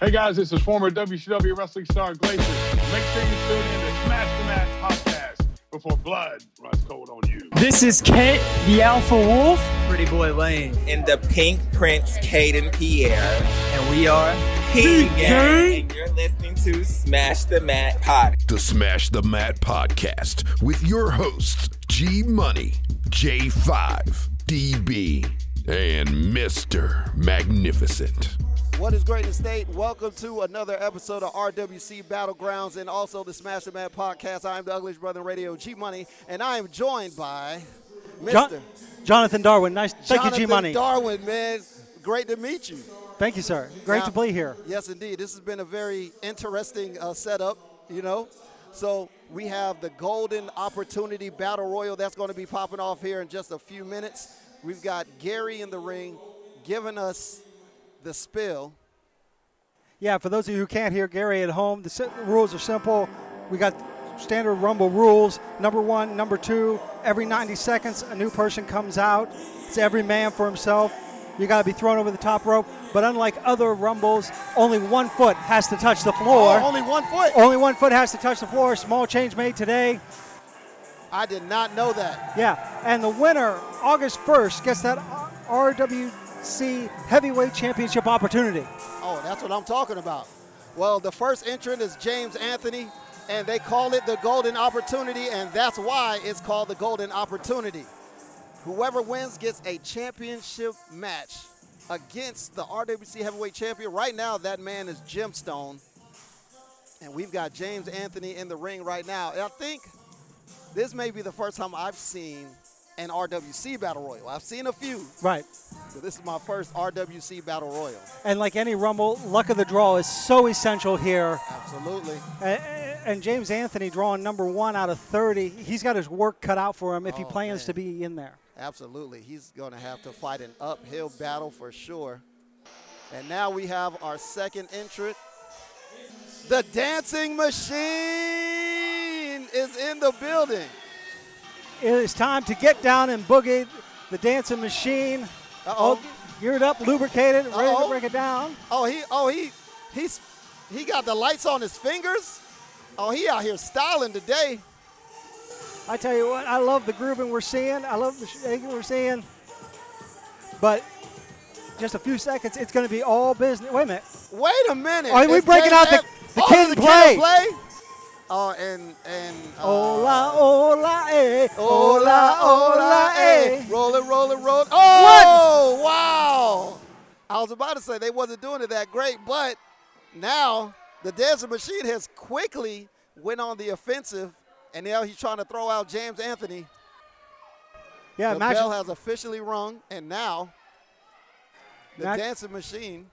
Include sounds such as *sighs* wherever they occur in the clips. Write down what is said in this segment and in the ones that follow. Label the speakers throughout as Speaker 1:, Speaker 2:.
Speaker 1: Hey guys, this is former WCW wrestling star Glacier. Make sure you tune in to Smash the Match podcast before blood runs cold on you.
Speaker 2: This is Kent, the Alpha Wolf,
Speaker 3: Pretty Boy Lane,
Speaker 4: in the Pink Prince Caden Pierre.
Speaker 3: and we are
Speaker 4: P
Speaker 2: Gang.
Speaker 4: Gang, and you're listening to Smash the Mat Pod.
Speaker 5: The Smash the Mat podcast with your hosts, G Money, J5, DB, and Mr. Magnificent.
Speaker 6: What is great estate? Welcome to another episode of RWC Battlegrounds and also the Smash the Man podcast. I am the Ugliest Brother Radio G Money, and I am joined by Mr.
Speaker 2: Jon- Jonathan Darwin. Nice, thank you, G
Speaker 6: Jonathan
Speaker 2: Money.
Speaker 6: Darwin, man. Great to meet you.
Speaker 2: thank you, sir. Great
Speaker 6: Now-
Speaker 2: to be here.
Speaker 6: Yes, indeed. This has been a very interesting uh, setup, you know. So we have the Golden Opportunity Battle Royal that's going to be popping off here in just a few minutes. We've got Gary in the ring giving us the spill.
Speaker 2: Yeah, for those of you who can't hear Gary at home, the si- rules are simple. We got standard Rumble rules. Number one, number two. Every 90 seconds, a new person comes out. It's every man for himself. You got to be thrown over the top rope. But unlike other Rumbles, only one foot has to touch the floor.
Speaker 6: Oh, only one foot.
Speaker 2: only one foot has to touch the floor. Small change made today.
Speaker 6: I did not know that.
Speaker 2: Yeah, and the winner, August 1st, gets that R- RWC Heavyweight Championship opportunity.
Speaker 6: Oh, that's what I'm talking about. Well, the first entrant is James Anthony, and they call it the Golden Opportunity, and that's why it's called the Golden Opportunity. Whoever wins gets a championship match against the RWC Heavyweight Champion. Right now, that man is Gemstone, and we've got James Anthony in the ring right now. And I think this may be the first time I've seen an RWC Battle Royal. I've seen a few,
Speaker 2: Right.
Speaker 6: but this is my first RWC Battle Royal.
Speaker 2: And like any Rumble, luck of the draw is so essential here.
Speaker 6: Absolutely.
Speaker 2: A- a- And James Anthony drawing number one out of 30, he's got his work cut out for him if he
Speaker 6: Oh,
Speaker 2: plans
Speaker 6: man.
Speaker 2: to be in there.
Speaker 6: Absolutely. He's going to have to fight an uphill battle for sure. And now we have our second entrant. The Dancing Machine is in the building.
Speaker 2: It is time to get down and boogie the dancing machine.
Speaker 6: Uh-oh.
Speaker 2: All geared up, lubricated, ready to
Speaker 6: Uh-oh.
Speaker 2: break it down.
Speaker 6: Oh, he oh he he's he got the lights on his fingers. Oh, he out here styling today.
Speaker 2: I tell you what, I love the grooving we're seeing. I love the shaking we're seeing. But just a few seconds, it's going to be all business. Wait a minute.
Speaker 6: Wait a minute.
Speaker 2: Are we
Speaker 6: It's
Speaker 2: breaking
Speaker 6: Dave
Speaker 2: out the-
Speaker 6: Ev-
Speaker 2: the
Speaker 6: oh,
Speaker 2: kid and
Speaker 6: the
Speaker 2: play? Oh,
Speaker 6: Oh, and and uh,
Speaker 2: Hola, hola, eh.
Speaker 6: Hola, hola, eh. Roll it, roll it, roll it. Oh, wow. I was about to say they wasn't doing it that great, but now the Desert Machine has quickly went on the offensive, and now he's trying to throw out James Anthony.
Speaker 2: Yeah,
Speaker 6: the bell
Speaker 2: imagine.
Speaker 6: has officially rung, and now the
Speaker 2: Mac-
Speaker 6: Dancing Machine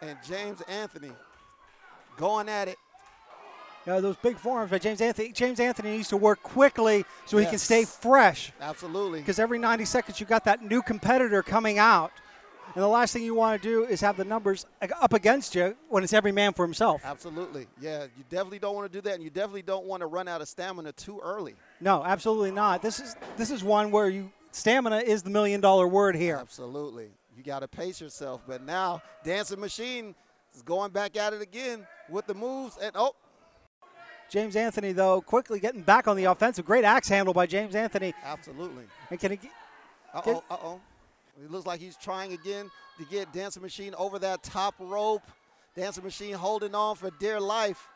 Speaker 6: and James Anthony going at it.
Speaker 2: you know, uh, those big forearms by James Anthony. James Anthony needs to work quickly so he can
Speaker 6: Yes.
Speaker 2: stay fresh
Speaker 6: Absolutely.
Speaker 2: because every 90 seconds you got that new competitor coming out. And the last thing you want to do is have the numbers like, up against you when it's every man for himself.
Speaker 6: Absolutely. Yeah, you definitely don't want to do that, and you definitely don't want to run out of stamina too early.
Speaker 2: No, absolutely not. This is this is one where you stamina is the million dollar word here.
Speaker 6: Absolutely. You got to pace yourself. But now, Dancing Machine is going back at it again with the moves. And oh,
Speaker 2: James Anthony though quickly getting back on the offensive. Great axe handle by James Anthony.
Speaker 6: absolutely.
Speaker 2: And can he get-
Speaker 6: Uh
Speaker 2: Get-
Speaker 6: oh, uh oh. It looks like he's trying again to get Dancing Machine over that top rope. Dancing Machine holding on for dear life.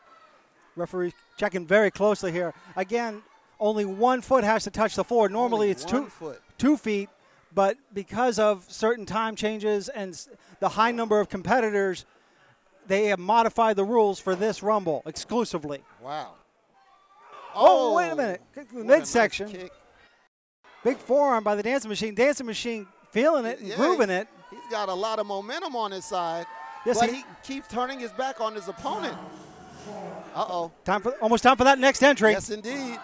Speaker 2: referee checking very closely here. Again, only one foot has to touch the floor. Normally
Speaker 6: Only
Speaker 2: it's two
Speaker 6: one foot.
Speaker 2: two feet, but because of certain time changes and s- the high number of competitors, they have modified the rules for this rumble exclusively.
Speaker 6: Wow.
Speaker 2: Oh, wait a minute. Kick to the
Speaker 6: what a nice
Speaker 2: midsection.
Speaker 6: kick.
Speaker 2: Big forearm by the dancing machine. Dancing machine feeling it and
Speaker 6: Yeah,
Speaker 2: grooving it.
Speaker 6: He's got a lot of momentum on his side.
Speaker 2: Yes,
Speaker 6: but
Speaker 2: he-
Speaker 6: he keeps turning his back on his opponent. Uh oh.
Speaker 2: Time for almost time for that next entry.
Speaker 6: Yes, indeed.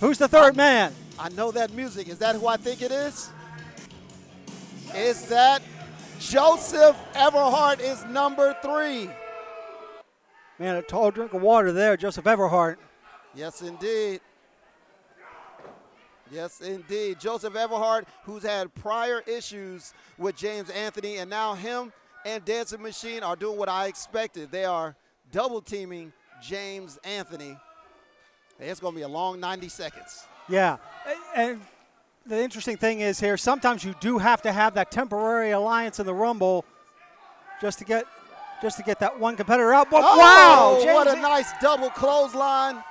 Speaker 2: Who's the
Speaker 6: Um,
Speaker 2: third man?
Speaker 6: I know that music. Is that who I think it is? Is that Joseph Everhart is number three?
Speaker 2: Man, a tall drink of water there, Joseph Everhart.
Speaker 6: Yes, indeed. Yes, indeed. Joseph Everhart, who's had prior issues with James Anthony, and now him and Dancing Machine are doing what I expected. They are double teaming James Anthony. And It's going to be a long 90 seconds.
Speaker 2: Yeah, A- and the interesting thing is here. Sometimes you do have to have that temporary alliance in the rumble, just to get, just to get that one competitor out. But wow,
Speaker 6: Oh, what a
Speaker 2: James-
Speaker 6: nice double clothesline.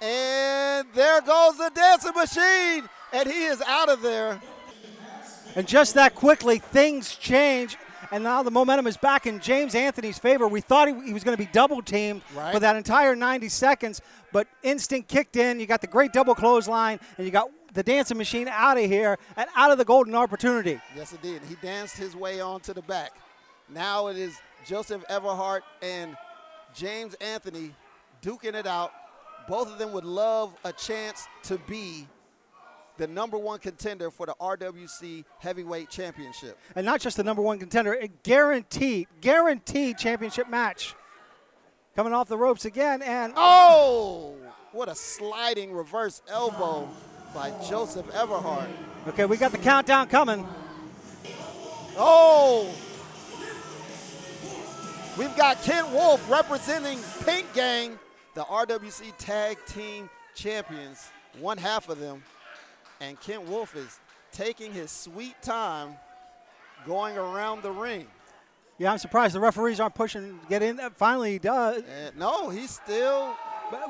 Speaker 6: And there goes the Dancing Machine, and he is out of there.
Speaker 2: And just that quickly, things change. And now the momentum is back in James Anthony's favor. We thought he, he was going to be double teamed
Speaker 6: Right.
Speaker 2: for that entire 90 seconds, but instinct kicked in. You got the great double clothesline, and you got the dancing machine out of here and out of the golden opportunity.
Speaker 6: Yes, it did. He danced his way on to the back. Now it is Joseph Everhart and James Anthony duking it out. Both of them would love a chance to be the number one contender for the RWC Heavyweight Championship.
Speaker 2: And not just the number one contender, a guaranteed, guaranteed championship match. Coming off the ropes again, and
Speaker 6: Oh, what a sliding reverse elbow by Joseph Everhart.
Speaker 2: okay, we got the countdown coming.
Speaker 6: Oh, we've got Ken Wolf representing Pink Gang, the RWC Tag Team Champions, one half of them. And Ken Wolf is taking his sweet time going around the ring.
Speaker 2: Yeah, I'm surprised the referees aren't pushing to get in. Finally, he does.
Speaker 6: And no, he's still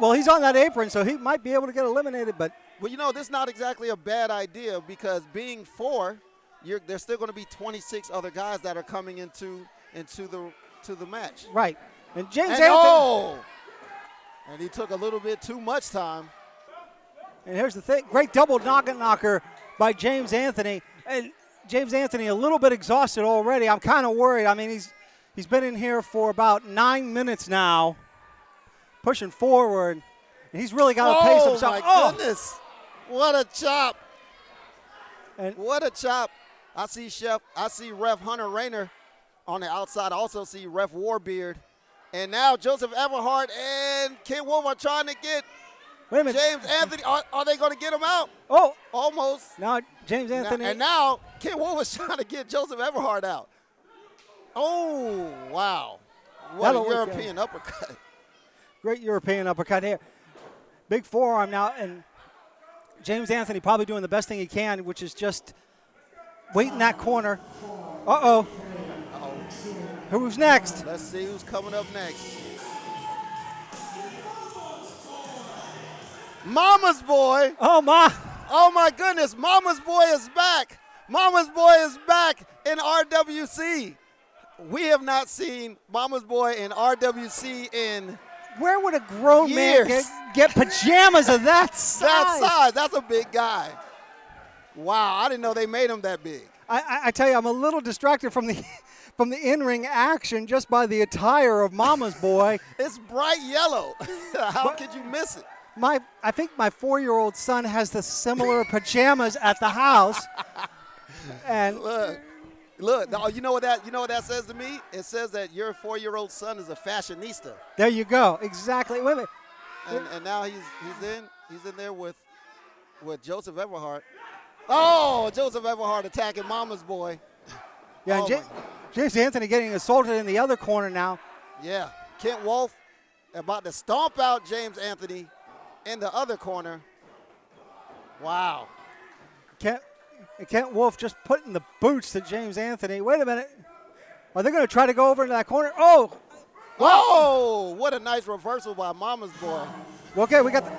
Speaker 2: Well, he's on that apron, so he might be able to get eliminated, but
Speaker 6: Well, you know, this is not exactly a bad idea because being four, you're, there's still going to be 26 other guys that are coming into into the to the match.
Speaker 2: Right. And James
Speaker 6: And
Speaker 2: Anthony.
Speaker 6: oh, and he took a little bit too much time.
Speaker 2: And here's the thing great double knock and knocker by James Anthony. And James Anthony, a little bit exhausted already. I'm kind of worried. I mean, he's he's been in here for about nine minutes now, pushing forward. And he's really got to pace
Speaker 6: oh my
Speaker 2: himself. oh,
Speaker 6: goodness! What a chop!
Speaker 2: And-
Speaker 6: what a chop! I see Chef. I see Ref Hunter Rayner on the outside. I also see Ref Warbeard. And now Joseph Everhart and Ken Wolf are trying to get
Speaker 2: wait a minute. *laughs*
Speaker 6: James Anthony. Are, are they going to get him out?
Speaker 2: oh,
Speaker 6: Almost.
Speaker 2: now James Anthony.
Speaker 6: And now, Ken Wolf was *laughs* trying to get Joseph Everhart out. Oh, wow. What a
Speaker 2: That'll look
Speaker 6: European uppercut.
Speaker 2: great European uppercut here. Big forearm now, and James Anthony probably doing the best thing he can, which is just wait in that corner. Uh oh. Who's next?
Speaker 6: Let's see who's coming up next. Mama's Boy.
Speaker 2: Oh my!
Speaker 6: Oh, my goodness. Mama's Boy is back. Mama's Boy is back in RWC. We have not seen Mama's Boy in RWC in
Speaker 2: Where would a grown man get,
Speaker 6: Years.
Speaker 2: get pajamas of that
Speaker 6: *laughs*
Speaker 2: size?
Speaker 6: that size. That's a big guy. Wow, I didn't know they made him that big.
Speaker 2: I, I, I tell you, I'm a little distracted from the *laughs* from the in-ring action just by the attire of Mama's boy.
Speaker 6: It's bright yellow. *laughs* How could you miss it?
Speaker 2: My, I think my four-year-old son has the similar pajamas at
Speaker 6: *laughs*
Speaker 2: the house, and
Speaker 6: Look, look. no, you know what that? You know what that says to me? It says that your four-year-old son is a fashionista,
Speaker 2: There you go. Exactly. Wait a minute.
Speaker 6: and, and now he's he's in he's in there with with Joseph Everhart. Oh, Joseph Everhart attacking Mama's boy.
Speaker 2: Yeah, and
Speaker 6: Oh,
Speaker 2: Ja-
Speaker 6: my God.
Speaker 2: James Anthony getting assaulted in the other corner now.
Speaker 6: Yeah, Kent Wolf about to stomp out James Anthony in the other corner. Wow.
Speaker 2: Kent, Kent Wolf just putting the boots to James Anthony. Wait a minute. Are they going to try to go over into that corner? Oh,
Speaker 6: Whoa! What a nice reversal by Mama's boy.
Speaker 2: okay. We got the,
Speaker 6: Uh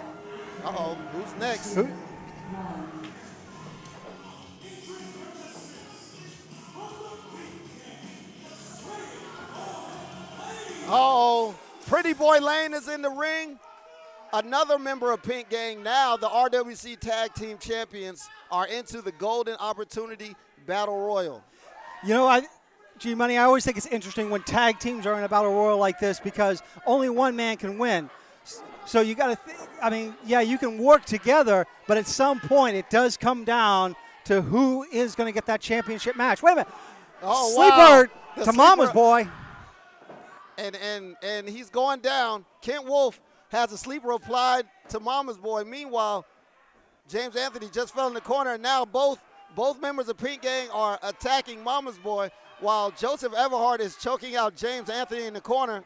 Speaker 6: oh, who's next?
Speaker 2: who,
Speaker 6: Oh, Pretty Boy Lane is in the ring. Another member of Pink Gang now, the RWC Tag Team Champions, are into the Golden Opportunity Battle Royal.
Speaker 2: you know, I, G Money. I always think it's interesting when tag teams are in a battle royal like this because only one man can win. S- So you got to. Th- I mean, yeah, you can work together, but at some point it does come down to who is going to get that championship match. Wait a minute.
Speaker 6: Oh, wow.
Speaker 2: sleeper
Speaker 6: The
Speaker 2: to Mama's
Speaker 6: sleeper-
Speaker 2: boy.
Speaker 6: And, and, and he's going down. Kent Wolf has a sleeper applied to Mama's Boy. Meanwhile, James Anthony just fell in the corner, and now both both members of Pink Gang are attacking Mama's Boy, while Joseph Everhart is choking out James Anthony in the corner.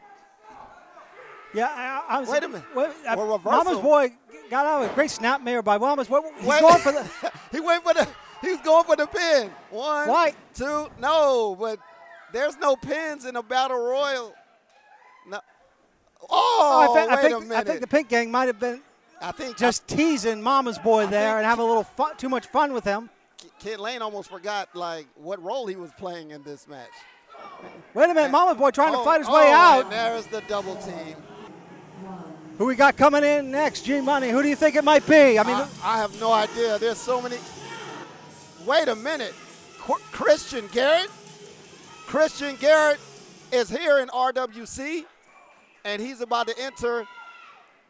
Speaker 2: Yeah, I, I was.
Speaker 6: Wait a minute.
Speaker 2: Wait, I-
Speaker 6: Well, reversal.
Speaker 2: Mama's boy got out of a great snap there by Mama's boy. He's
Speaker 6: Wait-
Speaker 2: going for the.
Speaker 6: he went for the. He was going for the pin. One,
Speaker 2: Why?
Speaker 6: two. No, but there's no pins in a battle royal. No. *laughs* Oh,
Speaker 2: I, think,
Speaker 6: wait
Speaker 2: I, think,
Speaker 6: a minute.
Speaker 2: I think the Pink Gang might have been
Speaker 6: I think uh,
Speaker 2: just teasing Mama's boy there
Speaker 6: think-
Speaker 2: and have a little fun, too much fun with him.
Speaker 6: Kid Lane almost forgot like what role he was playing in this match.
Speaker 2: Wait a minute, Mama's boy trying
Speaker 6: Oh,
Speaker 2: to fight his
Speaker 6: oh,
Speaker 2: way out.
Speaker 6: And there's the double team.
Speaker 2: Who we got coming in next? G Money. Who do you think it might be? I mean,
Speaker 6: I, I have no idea. There's so many. Wait a minute. Qu- Christian Garrett? Christian Garrett is here in RWC, and he's about to enter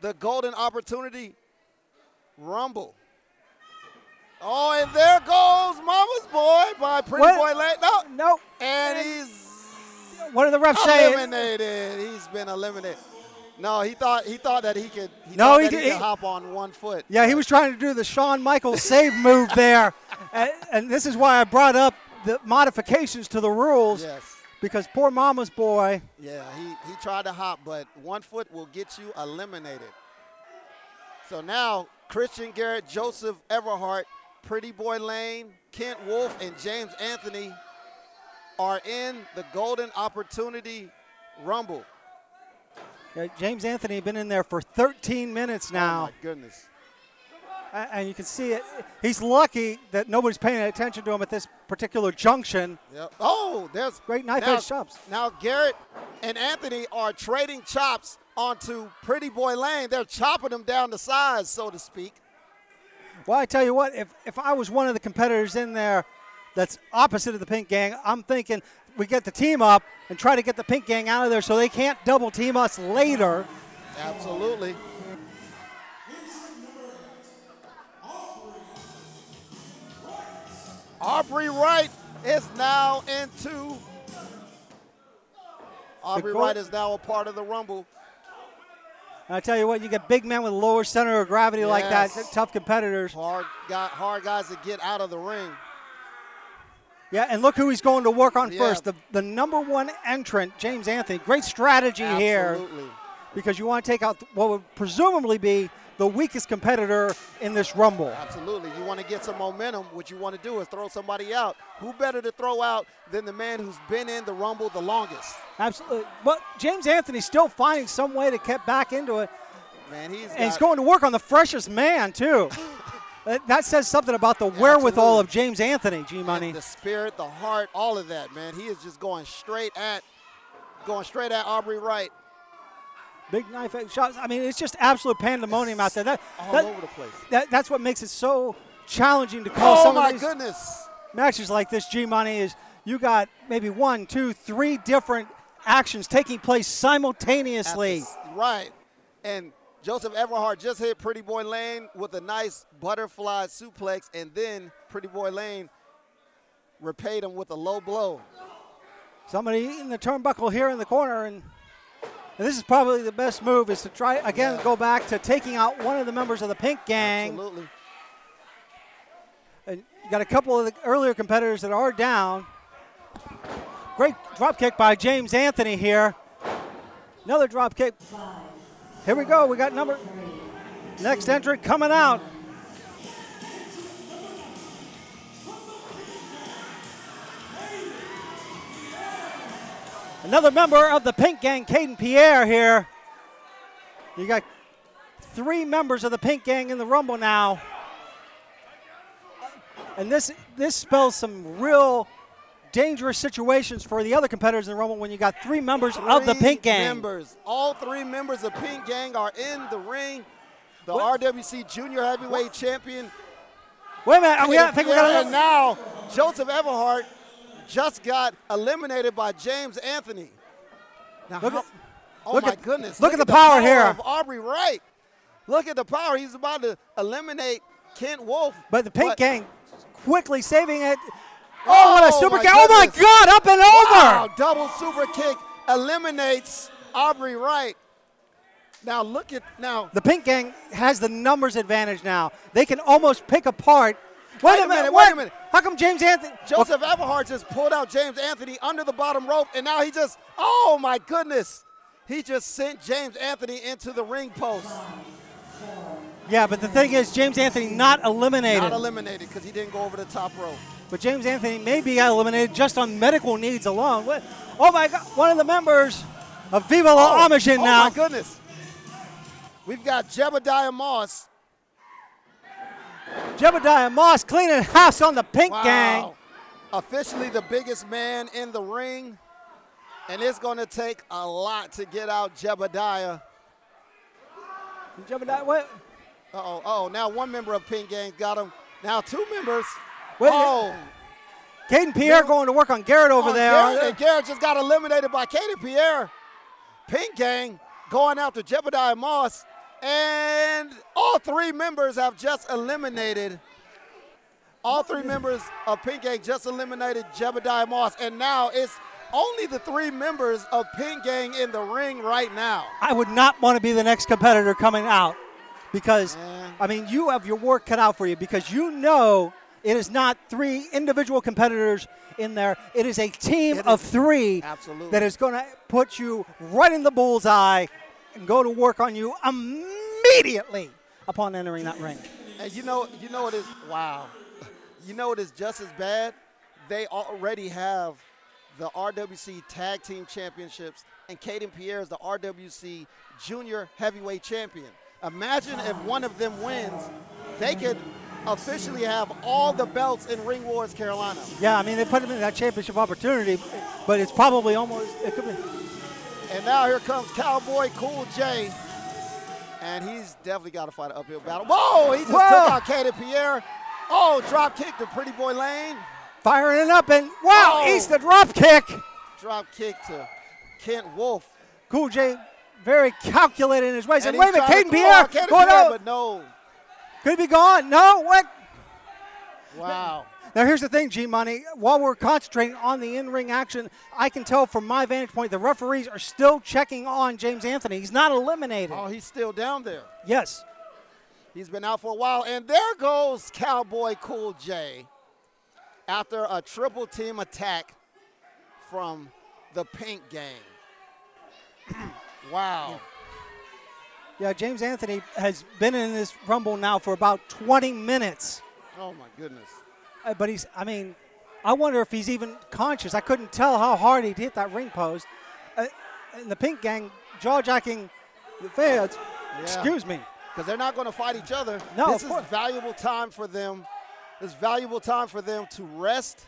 Speaker 6: the Golden Opportunity Rumble. Oh, and there goes Mama's Boy by Pretty
Speaker 2: What?
Speaker 6: Boy Lane. No.
Speaker 2: no.
Speaker 6: And he's
Speaker 2: What are the
Speaker 6: Oh,
Speaker 2: refs saying?
Speaker 6: eliminated. He's been eliminated. No, he thought he thought that he could. He
Speaker 2: No,
Speaker 6: thought
Speaker 2: he
Speaker 6: that
Speaker 2: did-
Speaker 6: he
Speaker 2: he-
Speaker 6: could hop on one foot.
Speaker 2: Yeah, he was trying to do the Shawn Michaels save move
Speaker 6: *laughs*
Speaker 2: there. And, and this is why I brought up the modifications to the rules
Speaker 6: Yes.
Speaker 2: because poor Mama's boy.
Speaker 6: Yeah, he, he tried to hop, but one foot will get you eliminated. So now Christian Garrett, Joseph Everhart, Pretty Boy Lane, Kent Wolf, and James Anthony are in the Golden Opportunity Rumble.
Speaker 2: Yeah, uh, James Anthony been in there for 13 minutes
Speaker 6: Oh
Speaker 2: now,
Speaker 6: my goodness.
Speaker 2: a- and you can see it. He's lucky that nobody's paying attention to him at this particular junction.
Speaker 6: Yep. Oh, there's
Speaker 2: Great knife
Speaker 6: now-
Speaker 2: edge chops.
Speaker 6: Now Garrett and Anthony are trading chops onto Pretty Boy Lane. They're chopping him down the sides, so to speak.
Speaker 2: Well, I tell you what, if, if I was one of the competitors in there that's opposite of the Pink Gang, I'm thinking we get the team up and try to get the Pink Gang out of there so they can't double team us later.
Speaker 6: Absolutely. Aubrey Wright is now into. Aubrey
Speaker 2: goal-
Speaker 6: Wright is now a part of the Rumble.
Speaker 2: And I tell you what, you get big men with lower center of gravity like that,
Speaker 6: Yes.
Speaker 2: tough competitors.
Speaker 6: Hard, guy, hard guys to get out of the ring.
Speaker 2: Yeah, and look who he's going to work on
Speaker 6: Yeah.
Speaker 2: first. The, the number one entrant, James Anthony. Great strategy here
Speaker 6: Absolutely.
Speaker 2: because you want to take out what would presumably be the weakest competitor in this Rumble.
Speaker 6: Absolutely. You want to get some momentum. What you want to do is throw somebody out. Who better to throw out than the man who's been in the Rumble the longest?
Speaker 2: Absolutely. But James Anthony's still finding some way to get back into it.
Speaker 6: Man, he's,
Speaker 2: And he's
Speaker 6: got-
Speaker 2: going to work on the freshest
Speaker 6: *laughs*
Speaker 2: man, too. That- that says something about the wherewithal
Speaker 6: absolutely.
Speaker 2: of James Anthony, G Money.
Speaker 6: The spirit, the heart, all of that, man. He is just going straight at, going straight at Aubrey Wright.
Speaker 2: Big knife edge shots. I mean, it's just absolute pandemonium out there. That,
Speaker 6: all
Speaker 2: that-
Speaker 6: over the place.
Speaker 2: that- that's what makes it so challenging to call
Speaker 6: Oh,
Speaker 2: some
Speaker 6: my
Speaker 2: of these
Speaker 6: goodness!
Speaker 2: matches like this, G Money, is you got maybe one, two, three different actions taking place
Speaker 6: At
Speaker 2: simultaneously.
Speaker 6: this- right, and Joseph Everhart just hit Pretty Boy Lane with a nice butterfly suplex, and then Pretty Boy Lane repaid him with a low blow.
Speaker 2: Somebody in the turnbuckle here in the corner, and, and this is probably the best move is to try again
Speaker 6: Yeah.
Speaker 2: go back to taking out one of the members of the Pink Gang.
Speaker 6: Absolutely.
Speaker 2: And you got a couple of the earlier competitors that are down. Great drop kick by James Anthony here. Another drop kick. Here we go. We got number next entrant coming out. Another member of the Pink Gang, Caden Pierre here. You got three members of the Pink Gang in the Rumble now. And this this spells some real dangerous situations for the other competitors in the Rumble when you got three members of the
Speaker 6: Three
Speaker 2: Pink Gang.
Speaker 6: Members, all three members of Pink Gang are in the ring. The
Speaker 2: What-
Speaker 6: RWC Junior Heavyweight Champion.
Speaker 2: Wait a minute, we got, I think we got
Speaker 6: Yeah,
Speaker 2: another.
Speaker 6: and now Joseph Everhart just got eliminated by James Anthony. Now,
Speaker 2: Look
Speaker 6: how-
Speaker 2: at-
Speaker 6: oh
Speaker 2: look
Speaker 6: my
Speaker 2: at-
Speaker 6: goodness!
Speaker 2: look at the power here.
Speaker 6: of Aubrey Wright. Look at the power. He's about to eliminate Kent Wolf.
Speaker 2: But the Pink Gang quickly saving it. Oh, what a
Speaker 6: Oh,
Speaker 2: super
Speaker 6: my
Speaker 2: kick. Oh, my
Speaker 6: goodness.
Speaker 2: God, up
Speaker 6: Oh,
Speaker 2: and over.
Speaker 6: Wow, double super kick eliminates Aubrey Wright. Now look at now.
Speaker 2: The Pink Gang has the numbers advantage now. They can almost pick apart. Wait,
Speaker 6: a minute, wait a
Speaker 2: what?
Speaker 6: minute.
Speaker 2: How come James Anthony?
Speaker 6: Joseph Everhart just pulled out James Anthony under the bottom rope, and now he just, oh my goodness, he just sent James Anthony into the ring post.
Speaker 2: Yeah, but the thing is, James Anthony not eliminated.
Speaker 6: Not eliminated because he didn't go over the top rope.
Speaker 2: but James Anthony maybe got eliminated just on medical needs alone. What? Oh my God! One of the members of Viva La Amish in
Speaker 6: oh
Speaker 2: now.
Speaker 6: my goodness. We've got Jebediah Moss.
Speaker 2: Jebediah Moss cleaning house on the Pink
Speaker 6: Wow.
Speaker 2: Gang.
Speaker 6: Officially the biggest man in the ring. And it's going to take a lot to get out Jebediah.
Speaker 2: Jebediah, what?
Speaker 6: Uh-oh, oh, now one member of Pink Gang got him. Now two members.
Speaker 2: Wait,
Speaker 6: oh,
Speaker 2: Caden Pierre going to work on Garrett over
Speaker 6: oh,
Speaker 2: there.
Speaker 6: Garrett, and Garrett just got eliminated by Katie Pierre. Pink Gang going after Jebediah Moss. And all three members have just eliminated. All three members of Pink Gang just eliminated Jebediah Moss. And now it's only the three members of Pink Gang in the ring right now.
Speaker 2: I would not want to be the next competitor coming out because,
Speaker 6: Yeah.
Speaker 2: I mean, you have your work cut out for you because you know it is not three individual competitors in there. It is a team
Speaker 6: It
Speaker 2: of
Speaker 6: is.
Speaker 2: three
Speaker 6: Absolutely.
Speaker 2: that is going to put you right in the bullseye and go to work on you immediately upon entering that ring.
Speaker 6: And you know, you know it is. Wow. You know it is just as bad. They already have the RWC Tag Team Championships, and Caden Pierre is the RWC Junior Heavyweight Champion. Imagine if one of them wins, they could officially have all the belts in Ring Wars Carolina.
Speaker 2: Yeah, I mean, they put him in that championship opportunity, but it's probably almost, it could be,
Speaker 6: And now here comes Cowboy Cool J. And he's definitely got to fight an uphill battle. Whoa! He just
Speaker 2: Whoa.
Speaker 6: took out Caden Pierre. Oh, drop kick to Pretty Boy Lane.
Speaker 2: firing it up and, wow,
Speaker 6: Oh.
Speaker 2: East the drop kick.
Speaker 6: drop kick to Kent Wolf.
Speaker 2: Cool J, very calculated in his ways. And, wait a
Speaker 6: he's
Speaker 2: minute,
Speaker 6: trying
Speaker 2: Caden
Speaker 6: to
Speaker 2: Pierre
Speaker 6: claw Caden
Speaker 2: going
Speaker 6: Pierre,
Speaker 2: out.
Speaker 6: but no.
Speaker 2: Could he be gone? No, what?
Speaker 6: Wow.
Speaker 2: Now here's the thing, G Money. While we're concentrating on the in-ring action, I can tell from my vantage point the referees are still checking on James Anthony. He's not eliminated.
Speaker 6: Oh, he's still down there.
Speaker 2: Yes.
Speaker 6: He's been out for a while, and there goes Cowboy Cool J after a triple team attack from the Pink Gang. *clears throat* wow.
Speaker 2: Yeah, James Anthony has been in this rumble now for about 20 minutes.
Speaker 6: Oh my goodness.
Speaker 2: Uh, but he's i mean i wonder if he's even conscious i couldn't tell how hard he hit that ring post uh, and the pink gang jaw-jacking the fans excuse me
Speaker 6: Because they're not going to fight each other.
Speaker 2: No,
Speaker 6: this
Speaker 2: of
Speaker 6: is
Speaker 2: course.
Speaker 6: valuable time for them. This valuable time for them to rest.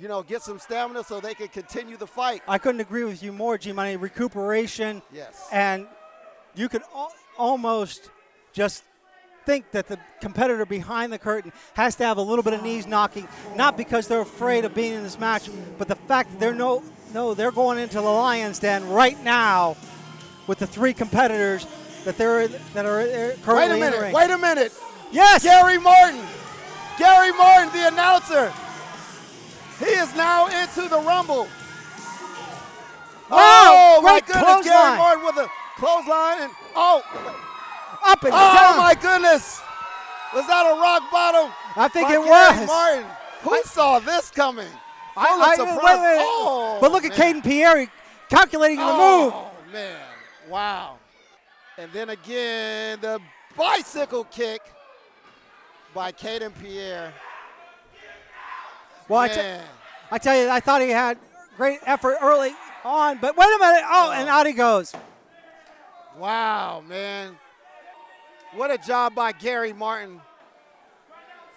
Speaker 6: You know, get some stamina so they can continue the fight.
Speaker 2: i couldn't agree with you more g-money recuperation
Speaker 6: Yes.
Speaker 2: and you could al- almost just think that the competitor behind the curtain has to have a little bit of knees knocking not because they're afraid of being in this match but the fact that they're no no they're going into the lion's den right now with the three competitors that they're that are uh, currently
Speaker 6: Wait a
Speaker 2: in the
Speaker 6: minute,
Speaker 2: ring.
Speaker 6: wait a minute.
Speaker 2: yes
Speaker 6: Gary Martin. Gary Martin, the announcer. He is now into the Rumble.
Speaker 2: Wow,
Speaker 6: oh, my
Speaker 2: great
Speaker 6: goodness.
Speaker 2: clothesline.
Speaker 6: Gary Martin with a clothesline. And, oh,
Speaker 2: up and
Speaker 6: oh,
Speaker 2: down
Speaker 6: my goodness. Was that a rock bottom?
Speaker 2: I think
Speaker 6: by
Speaker 2: it
Speaker 6: Gary
Speaker 2: was.
Speaker 6: Martin. Who saw this coming?
Speaker 2: I-
Speaker 6: Full of
Speaker 2: I-
Speaker 6: surprise.
Speaker 2: wait, wait, wait.
Speaker 6: Oh,
Speaker 2: but look at
Speaker 6: man.
Speaker 2: Caden Pierre calculating the move
Speaker 6: Oh, man. Wow. And then again, the bicycle kick by Caden Pierre.
Speaker 2: well I, te-
Speaker 6: Man.
Speaker 2: I tell you I thought he had great effort early on but wait a minute oh and out he goes
Speaker 6: Wow, man. What a job by Gary Martin.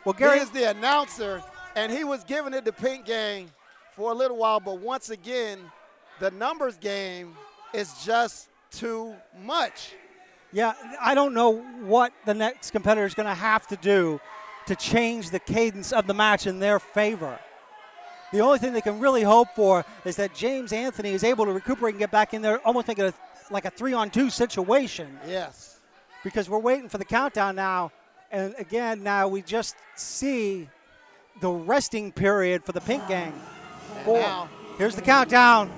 Speaker 2: well Gary
Speaker 6: he is the announcer, and he was giving it to Pink Gang for a little while, but once again, the numbers game is just too much.
Speaker 2: Yeah, I don't know what the next competitor is going to have to do to change the cadence of the match in their favor. The only thing they can really hope for is that James Anthony is able to recuperate and get back in there, almost make it a, like a three-on-two situation,
Speaker 6: Yes.
Speaker 2: because we're waiting for the countdown now. And again, now we just see the resting period for the Pink Gang. Four.
Speaker 6: now-
Speaker 2: Here's the countdown.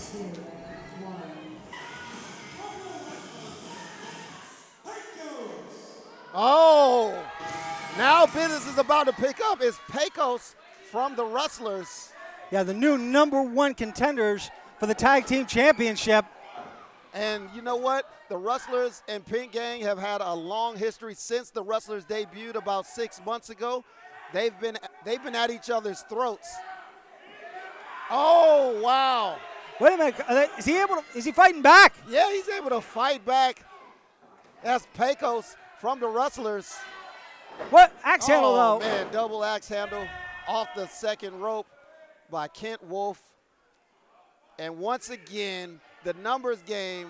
Speaker 6: Oh, now business is about to pick up. It's Pecos from the Rustlers.
Speaker 2: Yeah, the new number one contenders for the tag team championship.
Speaker 6: And you know what? The Rustlers and Pink Gang have had a long history since the Rustlers debuted about six months ago. They've been they've been at each other's throats. Oh wow!
Speaker 2: Wait a minute, are they- is he able? To, is he fighting back?
Speaker 6: Yeah, he's able to fight back. That's Pecos from the Rustlers.
Speaker 2: What axe handle
Speaker 6: oh
Speaker 2: though?
Speaker 6: man, double axe handle off the second rope by Kent Wolf. And once again, the numbers game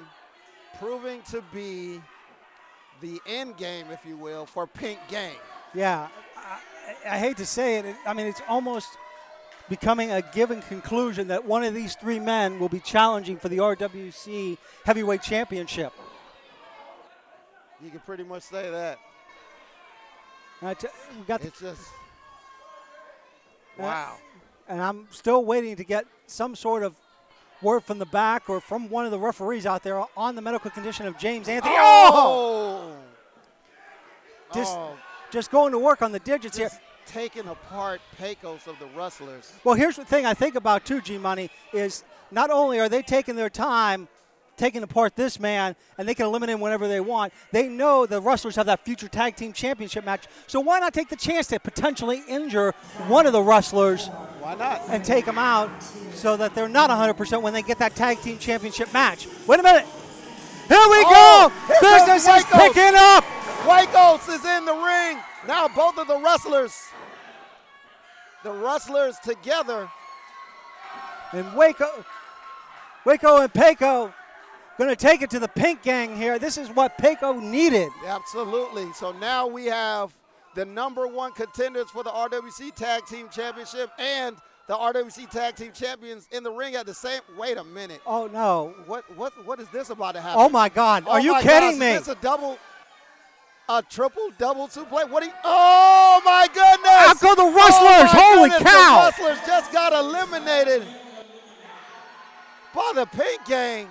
Speaker 6: proving to be the end game, if you will, for Pink Gang.
Speaker 2: Yeah, I, I hate to say it. it- I mean, it's almost becoming a given conclusion that one of these three men will be challenging for the RWC Heavyweight Championship.
Speaker 6: You can pretty much say that.
Speaker 2: And, I t- we got the,
Speaker 6: It's just
Speaker 2: Uh,
Speaker 6: wow.
Speaker 2: and I'm still waiting to get some sort of word from the back or from one of the referees out there on the medical condition of James Anthony.
Speaker 6: Oh!
Speaker 2: Just-
Speaker 6: Oh,
Speaker 2: Just going to work on the digits here.
Speaker 6: just taking apart Pecos of the Rustlers.
Speaker 2: Well, here's the thing I think about too, G Money, is not only are they taking their time taking apart this man and they can eliminate him whenever they want, they know the wrestlers have that future tag team championship match. So why not take the chance to potentially injure one of the wrestlers
Speaker 6: Why not?
Speaker 2: and take them out so that they're not 100% when they get that tag team championship match? Wait a minute. Here we
Speaker 6: Oh,
Speaker 2: go.
Speaker 6: here comes
Speaker 2: Business is
Speaker 6: Michaels.
Speaker 2: picking up.
Speaker 6: Huecos is in the ring. Now both of the wrestlers, the wrestlers together.
Speaker 2: And Waco, Waco and Paco going to take it to the pink gang here. This is what Paco needed.
Speaker 6: Absolutely. So now we have the number one contenders for the RWC Tag Team Championship and the RWC Tag Team Champions in the ring at the same. Wait a minute.
Speaker 2: Oh no.
Speaker 6: What what what is this about to happen?
Speaker 2: Oh my God.
Speaker 6: Oh
Speaker 2: Are you
Speaker 6: my
Speaker 2: kidding
Speaker 6: gosh,
Speaker 2: me?
Speaker 6: Is this a double, a triple double two play? What? Are you, oh my goodness!
Speaker 2: Out go the
Speaker 6: Oh, my
Speaker 2: Rustlers. Holy
Speaker 6: goodness,
Speaker 2: cow.
Speaker 6: The Rustlers just got eliminated by the Pink Gang.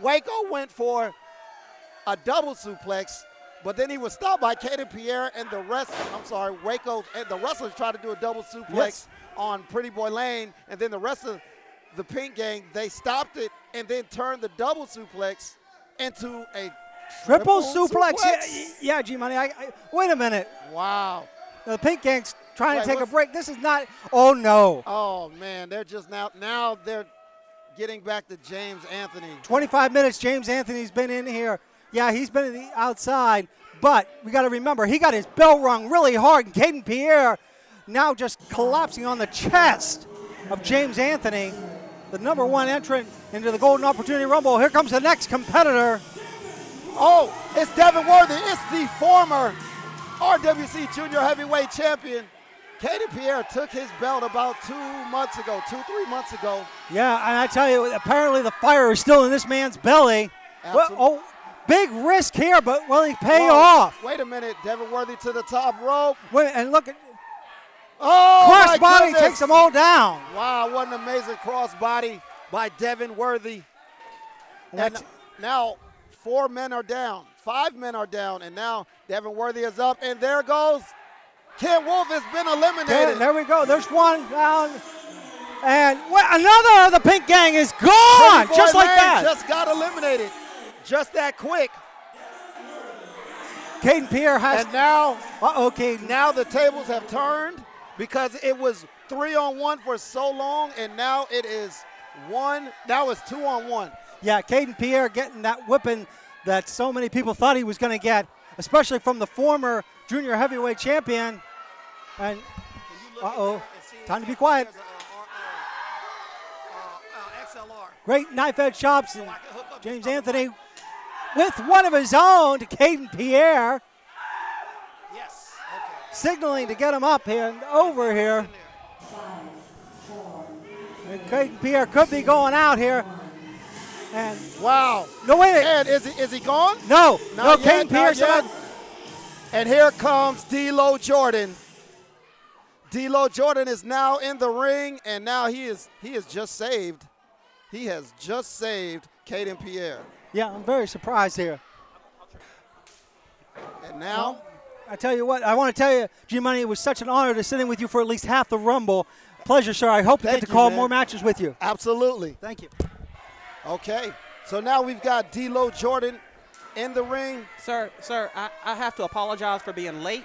Speaker 6: Waco went for a double suplex, but then he was stopped by Caden Pierre and the rest. I'm sorry, Waco and the wrestlers tried to do a double suplex
Speaker 2: Yes.
Speaker 6: on Pretty Boy Lane, and then the rest of the Pink Gang they stopped it and then turned the double suplex into a
Speaker 2: Triple, suplex. Yeah, yeah, G Money. I, I, wait a minute.
Speaker 6: Wow.
Speaker 2: The Pink Gang's trying
Speaker 6: Wait,
Speaker 2: to take a
Speaker 6: what's-
Speaker 2: break. This is not. Oh no.
Speaker 6: Oh man, they're just now now they're getting back to James Anthony.
Speaker 2: 25 minutes. James Anthony's been in here. Yeah, he's been in the outside, but we got to remember he got his bell rung really hard, and Caden Pierre now just collapsing on the chest of James Anthony, the number one entrant into the Golden Opportunity Rumble. Here comes the next competitor.
Speaker 6: Oh, it's Devin Worthy. It's the former RWC Junior Heavyweight Champion. Katie Pierre took his belt about two months ago, two, three months ago.
Speaker 2: Yeah, and I tell you, apparently the fire is still in this man's belly. Well,
Speaker 6: Absolute-
Speaker 2: oh, big risk here, but will he pay
Speaker 6: Whoa,
Speaker 2: off?
Speaker 6: Wait a minute, Devin Worthy to the top rope.
Speaker 2: Wait, and look, at
Speaker 6: Oh, my
Speaker 2: crossbody body
Speaker 6: goodness.
Speaker 2: takes them all down.
Speaker 6: Wow, what an amazing crossbody by Devin Worthy.
Speaker 2: And
Speaker 6: And
Speaker 2: that's-
Speaker 6: now four men are down, five men are down, and now Devin Worthy is up, and there goes Ken Wolf has been
Speaker 2: There,
Speaker 6: eliminated.
Speaker 2: there we go. There's one down. And wha- another of the pink gang is
Speaker 6: Pretty
Speaker 2: gone,
Speaker 6: Boy
Speaker 2: just like
Speaker 6: Lane
Speaker 2: that.
Speaker 6: Just got eliminated, just that quick.
Speaker 2: Caden Pierre has.
Speaker 6: And now,
Speaker 2: Uh-oh, Caden.
Speaker 6: now the tables have turned because it was three on one for so long, and now it is one. Now it's two on one.
Speaker 2: Yeah, Caden Pierre getting that whipping that so many people thought he was going to get, especially from the former junior heavyweight champion. And uh-oh, time to be quiet. Great knife edge chops and James Anthony with one of his own to Caden Pierre. signaling to get him up here and over here. And Creighton Pierre could be going out here. And
Speaker 6: Wow.
Speaker 2: no wait, a-
Speaker 6: And is he, is he gone?
Speaker 2: no, no,
Speaker 6: Not yet,
Speaker 2: Creighton Pierre.
Speaker 6: not yet.
Speaker 2: somehow-
Speaker 6: And here comes D'Lo Jordan. D'Lo Jordan is now in the ring, and now he is he is just saved. He has just saved Caden Pierre.
Speaker 2: Yeah, I'm very surprised here.
Speaker 6: And now,
Speaker 7: I tell you what, I want to tell you, G Money, it was such an honor to sit in with you for at least half the Rumble. Pleasure, sir. I hope to
Speaker 6: Thank
Speaker 7: get to
Speaker 6: you,
Speaker 7: call
Speaker 6: man.
Speaker 7: more matches with you.
Speaker 6: absolutely.
Speaker 7: Thank you.
Speaker 6: Okay. So now we've got D'Lo Jordan in the ring.
Speaker 8: Sir, sir, I, I have to apologize for being late.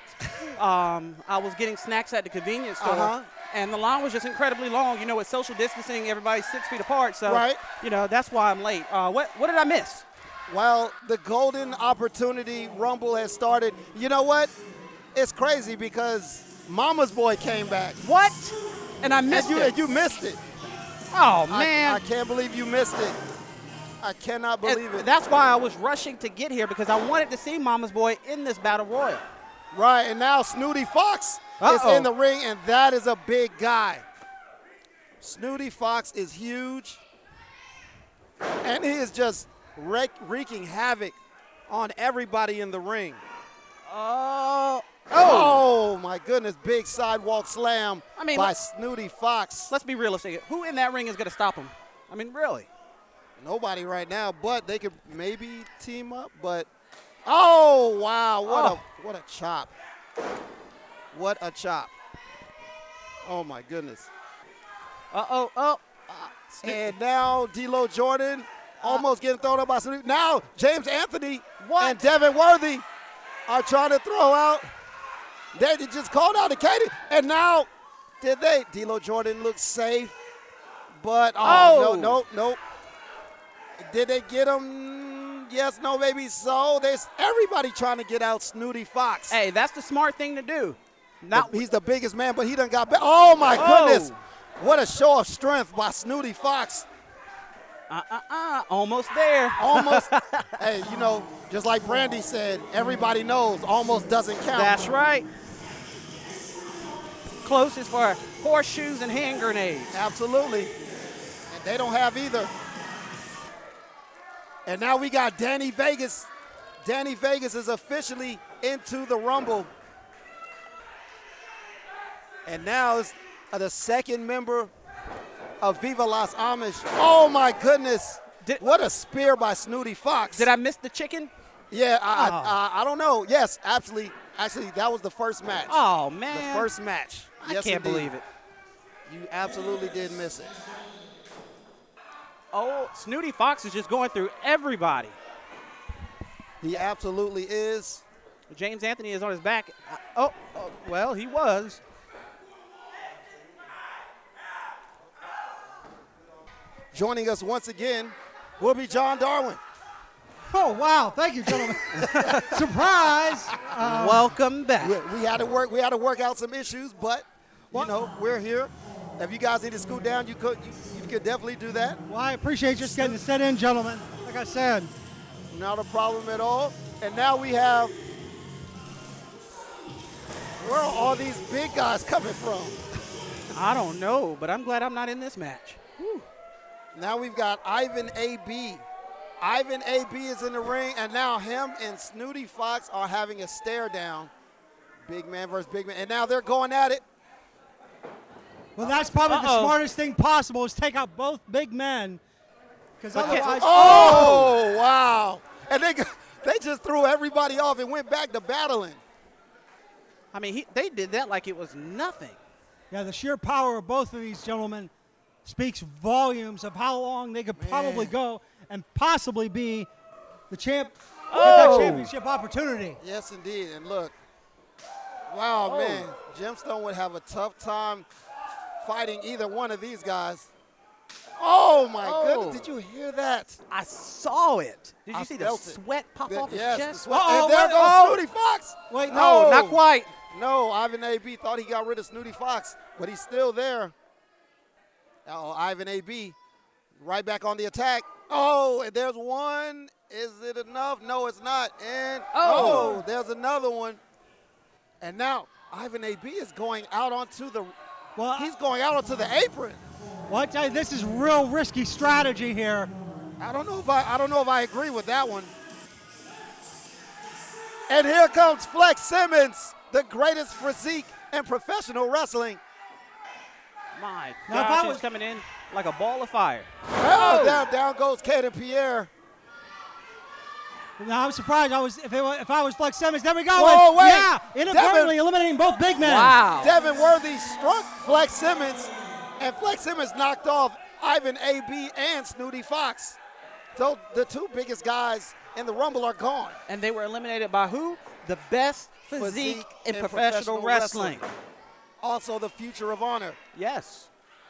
Speaker 8: um, I was getting snacks at the convenience store,
Speaker 6: Uh-huh.
Speaker 8: and the line was just incredibly long. You know, with social distancing, everybody's six feet apart, so
Speaker 6: Right.
Speaker 8: you know that's why I'm late. Uh, what what did I miss?
Speaker 6: Well, the Golden Opportunity Rumble has started. You know what? It's crazy because Mama's Boy came back.
Speaker 8: What? And I
Speaker 6: And
Speaker 8: missed
Speaker 6: you,
Speaker 8: it.
Speaker 6: and you missed it.
Speaker 8: oh
Speaker 6: I-
Speaker 8: man.
Speaker 6: I, can't believe you missed it. I cannot
Speaker 8: And
Speaker 6: believe it.
Speaker 8: That's why I was rushing to get here because I wanted to see Mama's Boy in this battle royal.
Speaker 6: right, and now Snooty Fox
Speaker 8: Uh-oh.
Speaker 6: is in the ring, and that is a big guy. Snooty Fox is huge, and he is just wreak, wreaking havoc on everybody in the ring.
Speaker 8: Oh,
Speaker 6: Oh. my goodness, big sidewalk slam
Speaker 8: I mean,
Speaker 6: by
Speaker 8: let-
Speaker 6: Snooty Fox.
Speaker 8: let's be realistic. Who in that ring is going to stop him? I mean, really?
Speaker 6: Nobody right now, but they could maybe team up, but oh wow, what a what a chop. What a chop. Oh my goodness.
Speaker 8: Uh oh, oh.
Speaker 6: And now D'Lo Jordan
Speaker 8: Uh,
Speaker 6: almost getting thrown up by Snoop. Now James Anthony
Speaker 8: What?
Speaker 6: and Devin Worthy are trying to throw out. They they just called out to Katie, and now did they? D'Lo Jordan looks safe, but oh,
Speaker 8: Oh.
Speaker 6: no, no, no. Did they get him? Yes, no, maybe so. There's everybody trying to get out Snooty Fox.
Speaker 8: Hey, that's the smart thing to do.
Speaker 6: The- he's the biggest man, but he done got back. Oh my
Speaker 8: Oh.
Speaker 6: goodness! What a show of strength by Snooty Fox.
Speaker 8: Uh uh uh. Almost there.
Speaker 6: almost
Speaker 8: *laughs*
Speaker 6: hey you know just like brandy said everybody knows almost doesn't count
Speaker 8: That's right. Close is for horseshoes and hand grenades.
Speaker 6: absolutely and they don't have either and now we got danny vegas danny vegas is officially into the rumble and now it's the second member of Viva Las Amish. Oh my goodness.
Speaker 8: Did-
Speaker 6: what a spear by Snooty Fox.
Speaker 8: Did I miss the chicken?
Speaker 6: Yeah, I,
Speaker 8: Oh.
Speaker 6: I, I, I don't know. Yes, absolutely. Actually, that was the first match.
Speaker 8: Oh
Speaker 6: the
Speaker 8: man.
Speaker 6: first match.
Speaker 8: I
Speaker 6: Yes,
Speaker 8: can't
Speaker 6: indeed.
Speaker 8: believe it.
Speaker 6: You absolutely did miss it.
Speaker 8: Oh, Snooty Fox is just going through everybody.
Speaker 6: He absolutely is.
Speaker 8: James Anthony is on his back. Uh, Oh, oh well, he was.
Speaker 6: Joining us once again will be John Darwin.
Speaker 2: Oh, wow. Thank you, gentlemen. *laughs* Surprise. Um,
Speaker 8: Welcome back.
Speaker 6: We, we had to work. We had to work out some issues, but you know we're here. If you guys need to scoot down, you could. You, you could definitely do that.
Speaker 2: Well, I appreciate just getting to set in, gentlemen. Like I said,
Speaker 6: Not a problem at all. And now we have. Where are all these big guys coming from?
Speaker 8: I don't know, but I'm glad I'm not in this match.
Speaker 6: Now we've got Ivan AB. Ivan AB is in the ring, and now him and Snooty Fox are having a stare down. Big man versus big man. And now they're going at it.
Speaker 2: well, that's probably
Speaker 8: Uh-oh.
Speaker 2: the smartest thing possible is take out both big men. Because
Speaker 8: Okay.
Speaker 2: otherwise,
Speaker 6: Oh, wow. And they, *laughs* they just threw everybody off and went back to battling.
Speaker 8: I mean, he, they did that like it was nothing.
Speaker 2: yeah, the sheer power of both of these gentlemen speaks volumes of how long they could probably go and possibly be the champ, get
Speaker 8: Oh.
Speaker 2: that championship opportunity.
Speaker 6: Yes, indeed. And look, Oh. wow, man. Gemstone would have a tough time fighting either one of these guys. Oh, my goodness. Did you hear that?
Speaker 8: I saw it. Did you
Speaker 6: I
Speaker 8: see the
Speaker 6: felt it.
Speaker 8: sweat pop
Speaker 6: Th-
Speaker 8: off his
Speaker 6: yes,
Speaker 8: chest?
Speaker 6: the sweat-
Speaker 8: Uh-oh,
Speaker 6: and there
Speaker 8: wait,
Speaker 6: goes
Speaker 8: oh.
Speaker 6: Snooty Fox.
Speaker 2: Wait,
Speaker 8: No, not quite.
Speaker 6: No, Ivan AB thought he got rid of Snooty Fox, but he's still there. Oh, Ivan AB right back on the attack. Oh, and there's one. Is it enough? No, it's not. And oh,
Speaker 8: Oh.
Speaker 6: there's another one. And now Ivan AB is going out onto the
Speaker 2: Well,
Speaker 6: he's going out onto the apron.
Speaker 2: well, I tell you, this is real risky strategy here.
Speaker 6: I don't know if I, I don't know if I agree with that one. And here comes Flex Simmons, the greatest physique in professional wrestling.
Speaker 8: My
Speaker 2: Now, if
Speaker 8: gosh,
Speaker 2: I
Speaker 8: was
Speaker 2: was-
Speaker 8: coming in like a ball of fire.
Speaker 6: Oh, down, down goes Caden Pierre.
Speaker 2: Now I'm surprised. I was if, it, wa- if I was Flex Simmons, there we go.
Speaker 6: Whoa,
Speaker 2: and-
Speaker 6: wait.
Speaker 2: Yeah, inadvertently
Speaker 6: Devin-
Speaker 2: eliminating both big men.
Speaker 8: Wow.
Speaker 6: Devin Worthy struck Flex Simmons, and Flex Simmons knocked off Ivan A.B. and Snooty Fox. So the two biggest guys in the Rumble are gone.
Speaker 8: And they were eliminated by who? The best physique,
Speaker 6: Physique
Speaker 8: in,
Speaker 6: in
Speaker 8: professional,
Speaker 6: professional
Speaker 8: wrestling.
Speaker 6: Also, the future of honor
Speaker 8: Yes.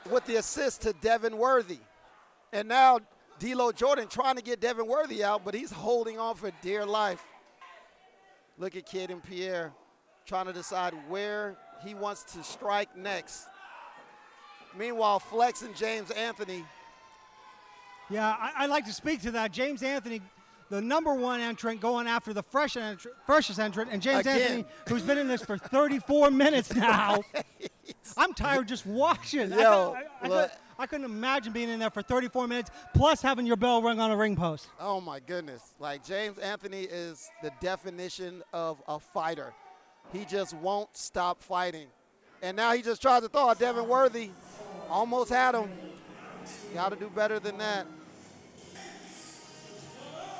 Speaker 6: with the assist to Devin Worthy. And now D'Lo Jordan trying to get Devin Worthy out, but he's holding on for dear life. Look at Kid and Pierre trying to decide where he wants to strike next. Meanwhile, Flex and James Anthony
Speaker 2: Yeah, I, I'd like to speak to that. James Anthony, the number one entrant, going after the fresh entr- freshest entrant, and James
Speaker 6: Again.
Speaker 2: Anthony, who's been in this for 34 *laughs* minutes now. I'm tired just watching. I,
Speaker 6: Yo,
Speaker 2: cou- I- I
Speaker 6: look.
Speaker 2: cou- I couldn't imagine being in there for 34 minutes, plus having your bell ring on a ring post.
Speaker 6: Oh my goodness. Like James Anthony is the definition of a fighter. He just won't stop fighting. And now he just tries to throw at Devin Worthy. Almost had him. Got to do better than that.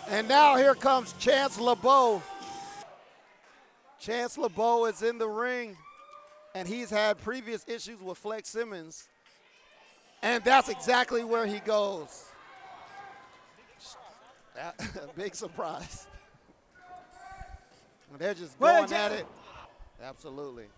Speaker 6: And now here comes Chance LeBeau. Chance LeBeau is in the ring, and he's had previous issues with Flex Simmons. And that's exactly where he goes. *laughs* That- Big surprise. They're just
Speaker 2: Well,
Speaker 6: going
Speaker 2: it's-
Speaker 6: at it. Absolutely.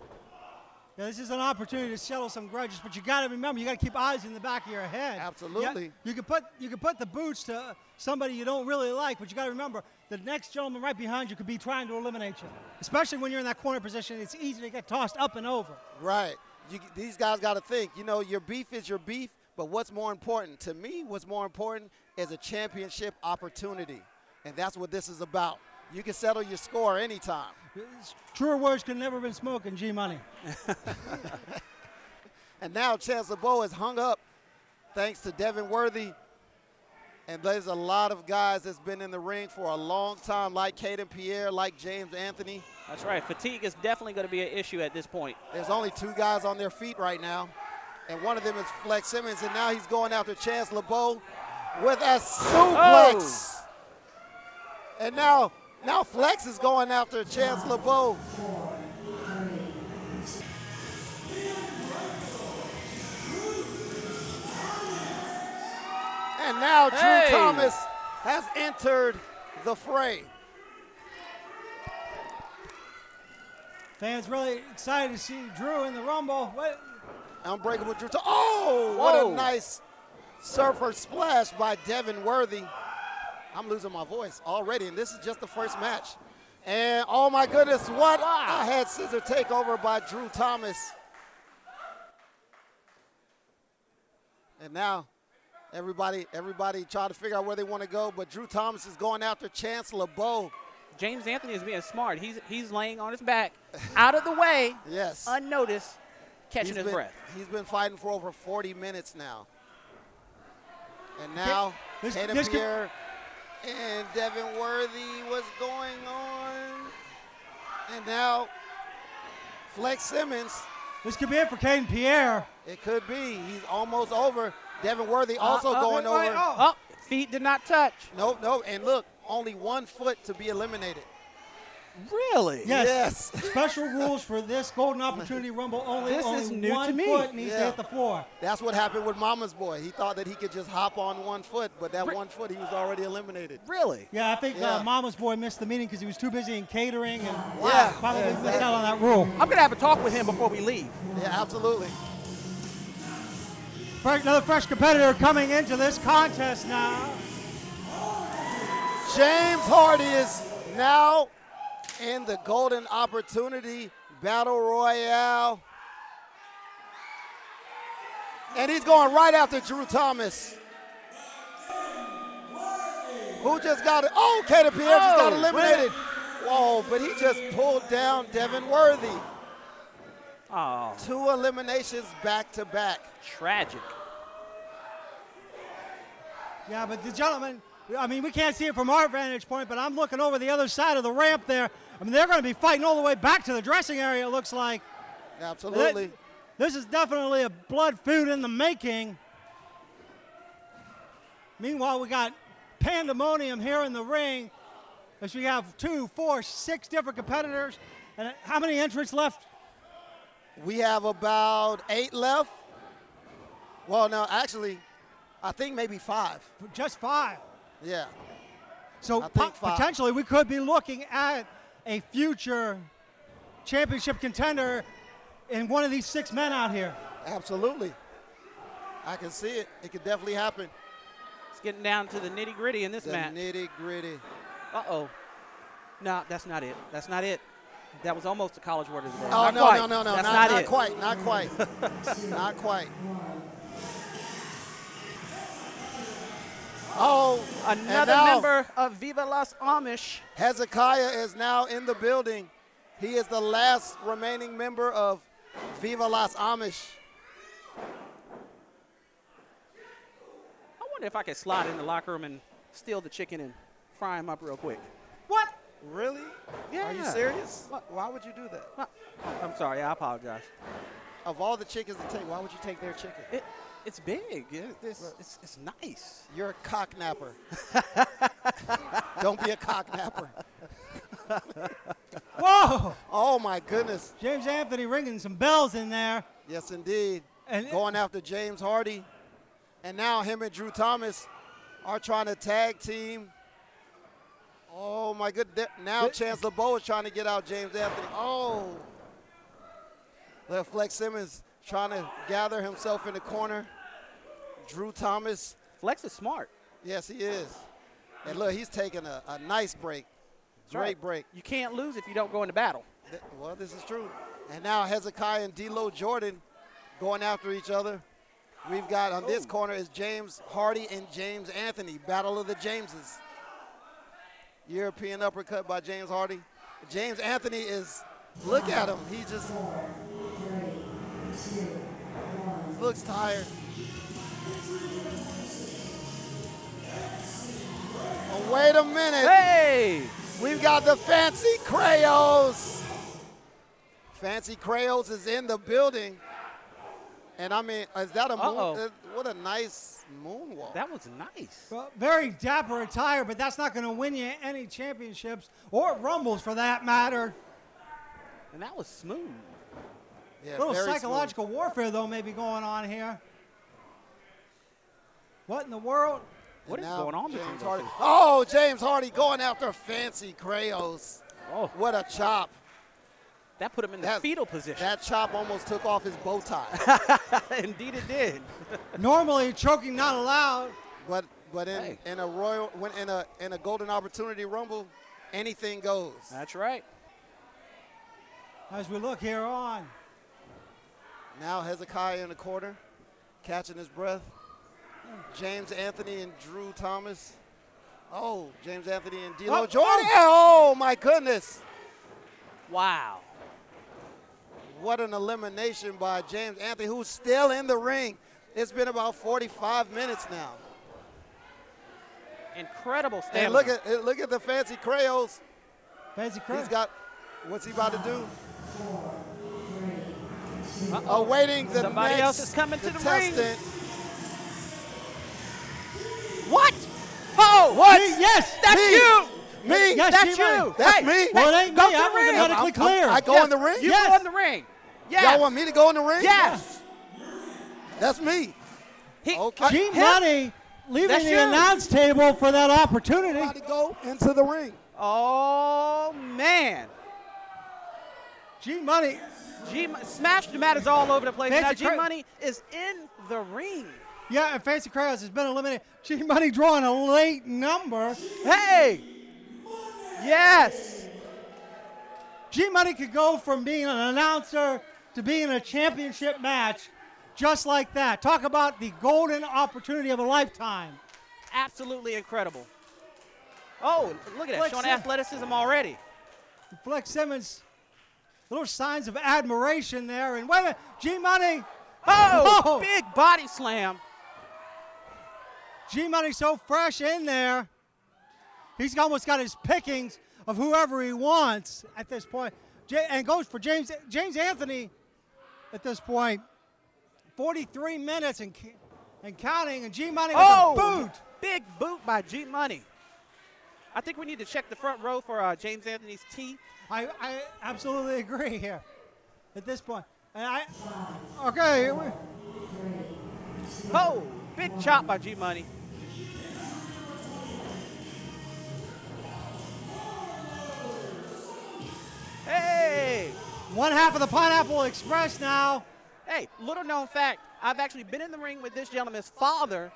Speaker 2: Yeah, this is an opportunity to settle some grudges, but you got to remember, you got to keep eyes in the back of your head. Yeah,
Speaker 6: Absolutely.
Speaker 2: you can put you can put the boots to somebody you don't really like, but you got to remember the next gentleman right behind you could be trying to eliminate you. Especially when you're in that corner position, it's easy to get tossed up and over.
Speaker 6: Right. You, these guys got to think. You know, your beef is your beef, but what's more important? To me, what's more important is a championship opportunity. And that's what this is about. You can settle your score anytime.
Speaker 2: It's- truer words could never have been spoken, G Money.
Speaker 6: And now Chance LeBeau is hung up thanks to Devin Worthy. And there's a lot of guys that's been in the ring for a long time, like Caden Pierre, like James Anthony.
Speaker 8: That's right. Fatigue is definitely going to be an issue at this point.
Speaker 6: There's only two guys on their feet right now, and one of them is Flex Simmons, and now he's going after Chance LeBeau with a suplex. And now, now Flex is going after Chance LeBeau. And now Drew
Speaker 8: Hey.
Speaker 6: Thomas has entered the fray.
Speaker 2: Fans really excited to see Drew in the Rumble. What?
Speaker 6: Unbreakable Drew. Tar- Oh, what
Speaker 8: Whoa.
Speaker 6: a nice surfer splash by Devin Worthy. I'm losing my voice already, and this is just the first match. And oh my goodness, what I had scissor takeover by Drew Thomas. And now everybody, everybody try to figure out where they want to go, but Drew Thomas is going after Chance LeBeau.
Speaker 8: James Anthony is being smart. He's he's laying on his *laughs* back, out of the way,
Speaker 6: Yes.
Speaker 8: unnoticed, catching
Speaker 6: He's
Speaker 8: his
Speaker 6: been-
Speaker 8: breath.
Speaker 6: He's been fighting for over 40 minutes now. And now,
Speaker 2: this-
Speaker 6: Tatum
Speaker 2: this could-
Speaker 6: Pierre and Devin Worthy, what's going on? And now, Flex Simmons,
Speaker 2: This could be it for Caden Pierre.
Speaker 6: it could be. He's almost over. Devin Worthy also
Speaker 8: uh,
Speaker 6: going
Speaker 2: wait,
Speaker 6: over.
Speaker 2: oh.
Speaker 8: Oh, feet did not touch.
Speaker 6: Nope, nope. And look, only one foot to be eliminated.
Speaker 8: Really?
Speaker 2: Yes.
Speaker 6: Yes.
Speaker 2: Special rules for this Golden Opportunity Rumble only.
Speaker 8: This
Speaker 2: only
Speaker 8: is new to
Speaker 2: one
Speaker 8: me.
Speaker 2: foot needs to
Speaker 6: Yeah.
Speaker 2: hit the floor.
Speaker 6: That's what happened with Mama's boy. He thought that he could just hop on one foot, but that one foot, he was already eliminated.
Speaker 8: Really?
Speaker 2: Yeah, I think
Speaker 6: Yeah.
Speaker 2: Uh, Mama's boy missed the meeting because he was too busy in catering and
Speaker 6: Yeah,
Speaker 2: probably missed
Speaker 6: exactly.
Speaker 2: out on that rule.
Speaker 8: I'm gonna have a talk with him before we leave.
Speaker 6: Yeah, absolutely.
Speaker 2: Fre- Another fresh competitor coming into this contest now.
Speaker 6: James Hardy is now in the Golden Opportunity Battle Royale. And he's going right after Drew Thomas. Who just got it? Oh, Kater Pierre just got
Speaker 8: Oh,
Speaker 6: eliminated. Whoa, but he just pulled down Devin Worthy.
Speaker 8: Oh,
Speaker 6: Two eliminations back to back.
Speaker 8: tragic.
Speaker 2: Yeah, but the gentleman, I mean, we can't see it from our vantage point, but I'm looking over the other side of the ramp there. I mean, they're going to be fighting all the way back to the dressing area, it looks like.
Speaker 6: Absolutely.
Speaker 2: That- this is definitely a blood feud in the making. Meanwhile, we got pandemonium here in the ring. If you have two, four, six different competitors, and how many entrants left?
Speaker 6: We have about eight left. Well, no, actually, I think maybe five.
Speaker 2: Just five.
Speaker 6: Yeah.
Speaker 2: So
Speaker 6: I think
Speaker 2: po-
Speaker 6: five.
Speaker 2: potentially, we could be looking at a future championship contender in one of these six men out
Speaker 6: *laughs*
Speaker 2: here.
Speaker 6: Absolutely. I can see it. It could definitely happen.
Speaker 8: It's getting down to the nitty gritty in this
Speaker 6: The
Speaker 8: match.
Speaker 6: nitty gritty.
Speaker 8: uh oh. No, that's not it. That's not it. That was almost a college word of the day.
Speaker 6: Oh
Speaker 8: Not
Speaker 6: no,
Speaker 8: quite.
Speaker 6: no no no
Speaker 8: That's
Speaker 6: not,
Speaker 8: not,
Speaker 6: not
Speaker 8: it.
Speaker 6: quite not quite
Speaker 8: *laughs*
Speaker 6: not quite. Oh, and
Speaker 8: Another
Speaker 6: now
Speaker 8: member of Viva Las Amish.
Speaker 6: Hezekiah is now in the building. He is the last remaining member of Viva Las Amish.
Speaker 8: I wonder if I could slide in the locker room and steal the chicken and fry him up real quick.
Speaker 2: What?
Speaker 9: Really?
Speaker 8: Yeah.
Speaker 9: Are you serious? Why, why would you do that?
Speaker 8: I- I'm sorry. I apologize.
Speaker 6: Of all the chickens to take, why would you take their chicken?
Speaker 8: It, it's big. It- it's, it's, it's nice.
Speaker 6: You're a cock
Speaker 8: *laughs*
Speaker 6: napper. Don't be a cock napper.
Speaker 2: Whoa!
Speaker 6: Oh my goodness.
Speaker 2: James Anthony ringing some bells in there.
Speaker 6: Yes, indeed.
Speaker 2: And-
Speaker 6: Going after James Hardy. And now him and Drew Thomas are trying to tag team. Oh, my good. there- Now Chance LeBeau is trying to get out James Anthony. Oh. Left Flex Simmons trying to gather himself in the corner. Drew Thomas.
Speaker 8: Flex is smart.
Speaker 6: Yes, he is. And look, he's taking a, a nice break.
Speaker 8: That's
Speaker 6: Great
Speaker 8: right.
Speaker 6: break.
Speaker 8: You can't lose if you don't go into battle.
Speaker 6: Th- Well, this is true. And now Hezekiah and D'Lo Jordan going after each other. We've got on this corner is James Hardy and James Anthony, battle of the Jameses. European uppercut by James Hardy. James Anthony is, look at him. He just looks tired. Oh, wait a minute.
Speaker 8: Hey!
Speaker 6: We've got the Fancy Crayos. Fancy Crayos is in the building. And I mean, is that a moon?
Speaker 8: Uh-oh.
Speaker 6: uh, What a nice moonwalk.
Speaker 8: That was nice.
Speaker 2: Well, very dapper attire, but that's not going to win you any championships or rumbles for that matter.
Speaker 8: And that was smooth.
Speaker 6: yeah,
Speaker 2: A little
Speaker 6: very smooth.
Speaker 2: psychological warfare, though, may be going on here. What in the world?
Speaker 6: And
Speaker 8: What is
Speaker 6: now
Speaker 8: going on between
Speaker 6: James
Speaker 8: those
Speaker 6: Hardy.
Speaker 8: two?
Speaker 6: Oh, James Hardy going after Fancy Crayos.
Speaker 8: Oh,
Speaker 6: What a chop.
Speaker 8: that put him in the
Speaker 6: That-
Speaker 8: fetal position.
Speaker 6: That chop almost took off his bow
Speaker 8: *laughs*
Speaker 6: tie.
Speaker 8: Indeed, it did.
Speaker 2: Normally, choking not allowed.
Speaker 6: but but in,
Speaker 8: Hey.
Speaker 6: in a royal when in a in a golden opportunity rumble, anything goes.
Speaker 8: That's right.
Speaker 2: As we look here on,
Speaker 6: Now Hezekiah in the corner, catching his breath. James Anthony and Drew Thomas. Oh, James Anthony and D'Lo
Speaker 2: Oh,
Speaker 6: Jordan. Oh my goodness!
Speaker 8: Wow.
Speaker 6: What an elimination by James Anthony, who's still in the ring. It's been about 45 minutes now.
Speaker 8: Incredible stamina.
Speaker 6: And look at and look at the fancy crayons.
Speaker 2: Fancy
Speaker 6: He's
Speaker 2: Chris.
Speaker 6: got. What's he about to do? Awaiting the
Speaker 8: Somebody
Speaker 6: next
Speaker 8: else is coming to the ring.
Speaker 6: contestant.
Speaker 8: what? Oh, what?
Speaker 2: Me, yes,
Speaker 8: That's
Speaker 6: me.
Speaker 8: you.
Speaker 6: Me.
Speaker 2: Yes,
Speaker 8: That's
Speaker 2: she
Speaker 8: you.
Speaker 2: might.
Speaker 6: That's
Speaker 8: Hey,
Speaker 6: me.
Speaker 2: Well, it ain't
Speaker 8: Go
Speaker 2: me.
Speaker 8: to
Speaker 2: I was
Speaker 8: ring.
Speaker 6: I'm-
Speaker 2: medically
Speaker 6: I'm-
Speaker 2: clear.
Speaker 6: I go
Speaker 8: Yes.
Speaker 6: in the ring.
Speaker 8: You
Speaker 2: Yes.
Speaker 8: go in the ring. Yes.
Speaker 6: Y'all want me to go in the ring?
Speaker 8: Yes.
Speaker 6: That's me.
Speaker 8: He,
Speaker 6: Okay.
Speaker 2: G
Speaker 8: him.
Speaker 2: Money leaving
Speaker 8: That's
Speaker 2: the
Speaker 8: you.
Speaker 2: announce table for that opportunity.
Speaker 6: Everybody go into the ring.
Speaker 8: Oh, man.
Speaker 2: G Money.
Speaker 8: G Smash the Mat is all over the place.
Speaker 2: Fancy
Speaker 8: now G
Speaker 2: Cra-
Speaker 8: Money is in the ring.
Speaker 2: Yeah, and Fancy Crayons has been eliminated. G Money drawing a late number.
Speaker 8: Hey. Yes.
Speaker 2: G Money could go from being an announcer to being a championship match just like that. Talk about the golden opportunity of a lifetime.
Speaker 8: Absolutely incredible. Oh, look at that.
Speaker 2: Flex
Speaker 8: Showing
Speaker 2: it.
Speaker 8: athleticism already.
Speaker 2: Flex Simmons, little signs of admiration there. And wait a minute, G Money,
Speaker 8: Oh,
Speaker 2: Oh.
Speaker 8: big body slam.
Speaker 2: G Money so fresh in there. He's almost got his pickings of whoever he wants at this point. J- and goes for James James Anthony at this point. 43 minutes and, ca- and counting, and G Money with
Speaker 8: Oh,
Speaker 2: a boot.
Speaker 8: big boot by G Money. I think we need to check the front row for uh, James Anthony's teeth.
Speaker 2: I, I absolutely agree here at this point. And I, okay, we-
Speaker 8: Oh, big chop by G Money. Hey,
Speaker 2: one half of the Pineapple Express now.
Speaker 8: hey, little known fact, I've actually been in the ring with this gentleman's father,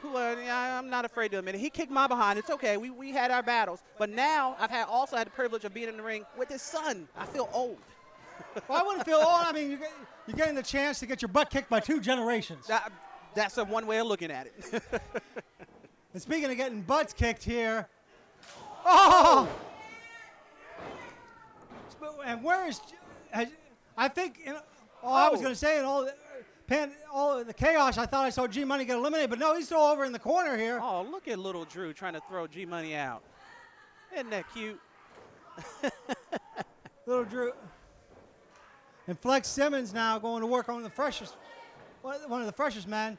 Speaker 8: who uh, I- I'm not afraid to admit it. He kicked my behind. It's okay. We, we had our battles. But now I've had also had the privilege of being in the ring with his son. I feel old.
Speaker 2: Well, I wouldn't feel old. I mean, you're, get- you're getting the chance to get your butt kicked by two generations.
Speaker 8: That, that's a one way of looking at it. *laughs*
Speaker 2: And speaking of getting butts kicked here, oh! Sp- And where is? has- I think. In, oh, I was
Speaker 8: Oh.
Speaker 2: going to say in all, the, pan, all of the chaos, I thought I saw G Money get eliminated, but no, he's still over in the corner here.
Speaker 8: oh, look at little Drew trying to throw G Money out. Isn't that cute?
Speaker 2: Little Drew. And Flex Simmons now going to work on the freshest, one one of the freshest men.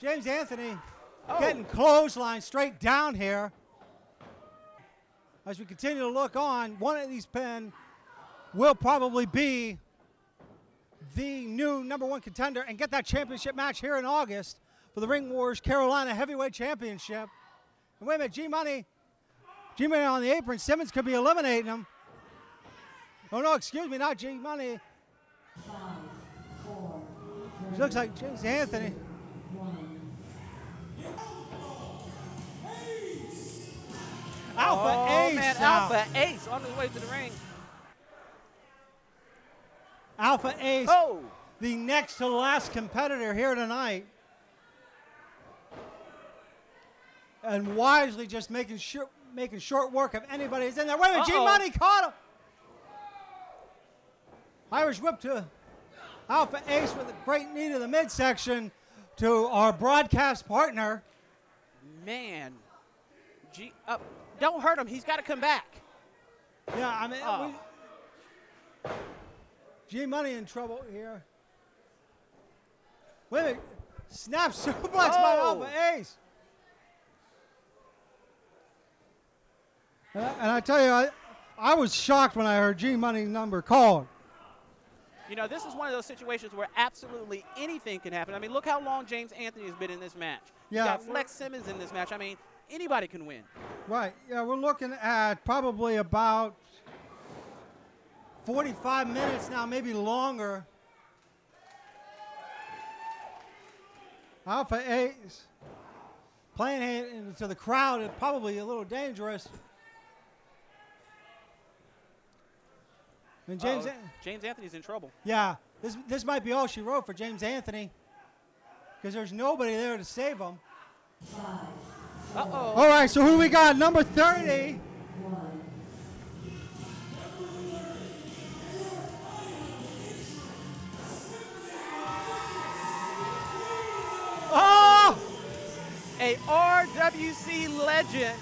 Speaker 2: James Anthony getting clothesline straight down here. As we continue to look on, one of these men will probably be the new number one contender and get that championship match here in August for the Ring Wars Carolina Heavyweight Championship. And wait a minute, G Money, G Money on the apron. Simmons could be eliminating him. Oh no, excuse me, not G Money. It looks like James Anthony. Alpha
Speaker 8: oh,
Speaker 2: Ace
Speaker 8: man,
Speaker 2: now.
Speaker 8: Alpha Ace on his way to the ring.
Speaker 2: Alpha Ace,
Speaker 8: Oh,
Speaker 2: the next to last competitor here tonight. And wisely just making sure making short work of anybody who's in there. Wait a minute, G
Speaker 8: Uh-oh.
Speaker 2: Money caught him. Irish whip to Alpha Ace with a great knee to the midsection to our broadcast partner.
Speaker 8: man. G up. Don't hurt him. He's got to come back.
Speaker 2: Yeah, I mean,
Speaker 8: Oh.
Speaker 2: we- G Money in trouble here. Wait a minute. Snap *laughs* suplex by
Speaker 8: Oh.
Speaker 2: Alpha Ace. Uh, And I tell you, I, I was shocked when I heard G Money's number called.
Speaker 8: You know, this is one of those situations where absolutely anything can happen. I mean, look how long James Anthony has been in this match.
Speaker 2: Yeah.
Speaker 8: You got Flex Simmons in this match. I mean, anybody can win.
Speaker 2: Right. Yeah, we're looking at probably about 45 minutes now, maybe longer. Alpha A's playing it into the crowd is probably a little dangerous. And James,
Speaker 8: Uh-oh.
Speaker 2: An-
Speaker 8: James Anthony's in trouble.
Speaker 2: yeah, this this might be all she wrote for James Anthony, because there's nobody there to save him.
Speaker 8: Uh oh.
Speaker 2: All right, so who we got? Number 30. Oh!
Speaker 8: A RWC legend,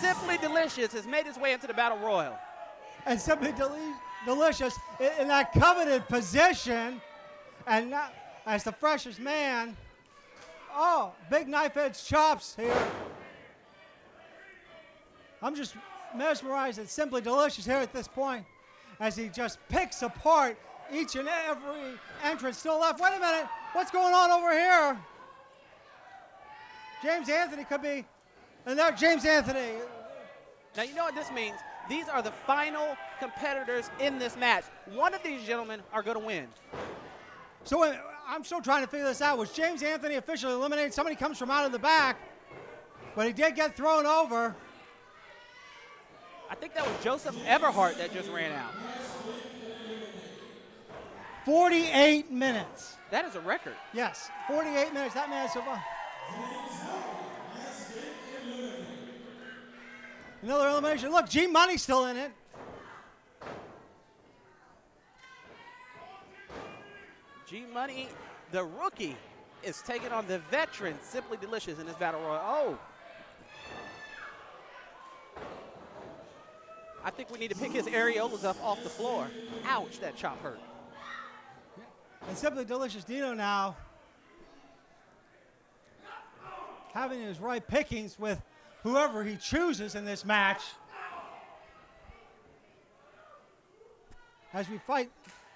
Speaker 8: Simply Delicious, has made his way into the Battle Royal.
Speaker 2: And something deli- delicious in, in that coveted position. And now, as the freshest man. Oh, big knife edge chops here. I'm just mesmerized and simply delicious here at this point as he just picks apart each and every entrance still left. Wait a minute, what's going on over here? James Anthony could be, and there James Anthony.
Speaker 8: Now, you know what this means? These are the final competitors in this match. One of these gentlemen are going to win.
Speaker 2: So wait, I'm still trying to figure this out. Was James Anthony officially eliminated? Somebody comes from out of the back, but he did get thrown over.
Speaker 8: I think that was Joseph Everhart that just ran out.
Speaker 2: 48 minutes.
Speaker 8: That is a record.
Speaker 2: Yes, 48 minutes. That man survived. Another elimination. Look, G Money's still in it.
Speaker 8: G Money, the rookie, is taking on the veteran, Simply Delicious, in this battle royal. Oh. I think we need to pick his areolas up off the floor. Ouch, that chop hurt.
Speaker 2: And Simply Delicious Dino now having his right pickings with whoever he chooses in this match. As we fight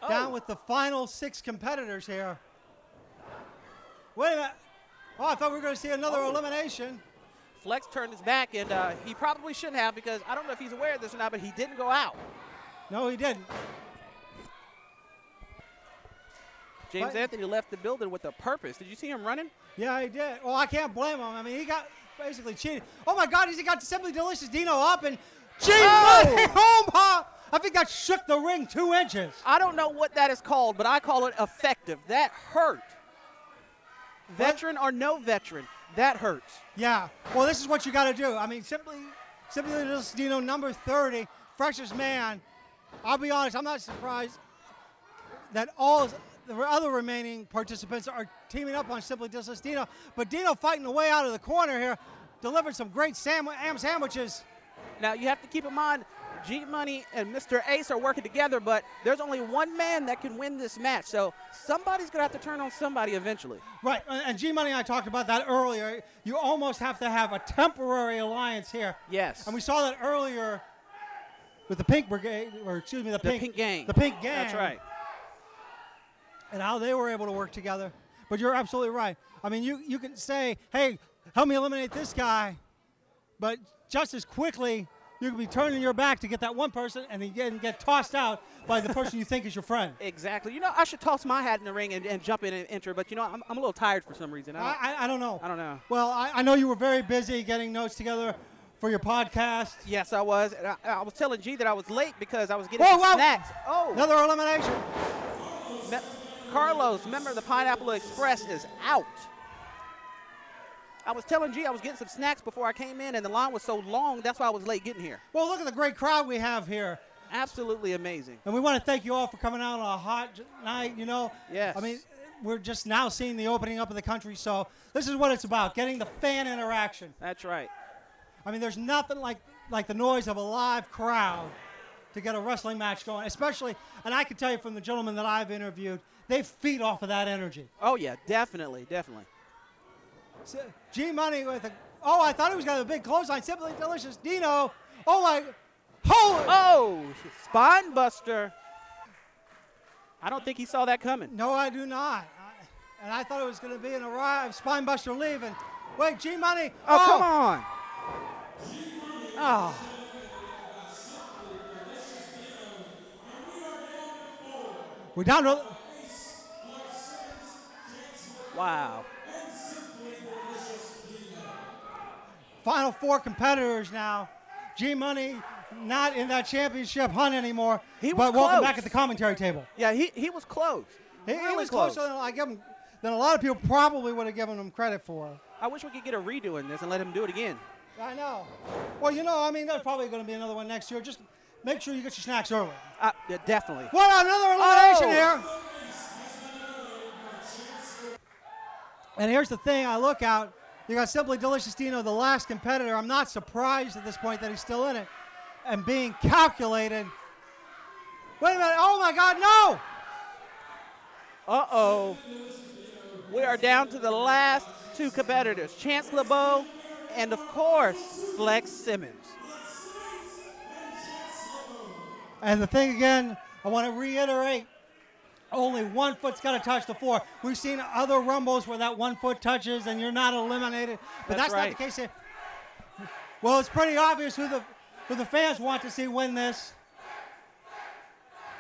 Speaker 2: down with the final six competitors here. Wait a minute. Oh, I thought we were going to see another elimination.
Speaker 8: Flex turned his back, and uh, he probably shouldn't have because I don't know if he's aware of this or not, but he didn't go out.
Speaker 2: No, he didn't.
Speaker 8: James
Speaker 2: But-
Speaker 8: Anthony left the building with a purpose. Did you see him running?
Speaker 2: Yeah, he did. Well, I can't blame him. I mean, he got basically cheated. Oh my God, he's got Simply Delicious Dino up and Gee Money home hop. I think that shook the ring two inches.
Speaker 8: I don't know what that is called, but I call it effective. That hurt. Veteran or no veteran, that hurts.
Speaker 2: Yeah. Well, this is what you got to do. I mean, simply, simply Delicious Dino, number thirty, freshest man. I'll be honest. I'm not surprised that all the other remaining participants are teaming up on Simply Delicious Dino. But Dino fighting the way out of the corner here, delivered some great sam- ham sandwiches.
Speaker 8: Now you have to keep in mind, G Money and Mr. Ace are working together, but there's only one man that can win this match. So somebody's gonna have to turn on somebody eventually.
Speaker 2: Right, and and G Money and I talked about that earlier. You almost have to have a temporary alliance here.
Speaker 8: Yes.
Speaker 2: And we saw that earlier with the Pink Brigade, or excuse me, the,
Speaker 8: The pink gang.
Speaker 2: The Pink Gang.
Speaker 8: That's right.
Speaker 2: And how they were able to work together. But you're absolutely right. I mean, you, you can say, hey, help me eliminate this guy. But just as quickly, you can be turning your back to get that one person and then get, and get tossed out by the person you think is your friend.
Speaker 8: Exactly. You know, I should toss my hat in the ring and, and jump in and enter, but you know, I'm, I'm a little tired for some reason. I,
Speaker 2: I, I, I don't know.
Speaker 8: I don't know.
Speaker 2: Well, I, I know you were very busy getting notes together for your podcast.
Speaker 8: yes, I was. And I, I was telling G that I was late because I was getting
Speaker 2: Whoa,
Speaker 8: some
Speaker 2: whoa.
Speaker 8: snacks. Oh,
Speaker 2: Another elimination.
Speaker 8: Me- Carlos, member of the Pineapple Express, is out. I was telling G I was getting some snacks before I came in, and the line was so long, that's why I was late getting here.
Speaker 2: Well, look at the great crowd we have here.
Speaker 8: Absolutely amazing.
Speaker 2: And we want to thank you all for coming out on a hot j- night, you know.
Speaker 8: Yes.
Speaker 2: I mean, we're just now seeing the opening up of the country, so this is what it's about, getting the fan interaction.
Speaker 8: That's right.
Speaker 2: I mean, there's nothing like like the noise of a live crowd to get a wrestling match going, especially and I can tell you from the gentlemen that I've interviewed, they feed off of that energy.
Speaker 8: Oh yeah, definitely, definitely.
Speaker 2: So, G Money with a oh, I thought he was gonna have a big clothesline. Simply delicious, Dino. Oh my, holy!
Speaker 8: Oh, spine buster. I don't think he saw that coming.
Speaker 2: No, I do not. I, and I thought it was gonna be an arrive spinebuster leaving. Wait, G Money.
Speaker 8: Oh, come on. Oh.
Speaker 2: We're down to
Speaker 8: Wow.
Speaker 2: final four competitors now. G Money not in that championship hunt anymore.
Speaker 8: He was
Speaker 2: but welcome
Speaker 8: close.
Speaker 2: back at the commentary table.
Speaker 8: Yeah, he, he was close.
Speaker 2: He, he
Speaker 8: really
Speaker 2: was
Speaker 8: close.
Speaker 2: closer than I give him than a lot of people probably would have given him credit for.
Speaker 8: I wish we could get a redo in this and let him do it again.
Speaker 2: I know. Well, you know, I mean, there's probably going to be another one next year. Just make sure you get your snacks early.
Speaker 8: Uh, yeah, definitely.
Speaker 2: What another elimination
Speaker 8: Oh.
Speaker 2: here? And here's the thing: I look out. You got Simply Delicious Dino, the last competitor. I'm not surprised at this point that he's still in it and being calculated. Wait a minute! Oh my God! No!
Speaker 8: Uh oh. We are down to the last two competitors Chance LeBeau and, of course, Flex Simmons.
Speaker 2: And the thing again, I want to reiterate: only one foot's got to touch the floor. We've seen other rumbles where that one foot touches and you're not eliminated, but that's,
Speaker 8: That's
Speaker 2: not
Speaker 8: right.
Speaker 2: the case here. Well, it's pretty obvious who the who the fans want to see win this.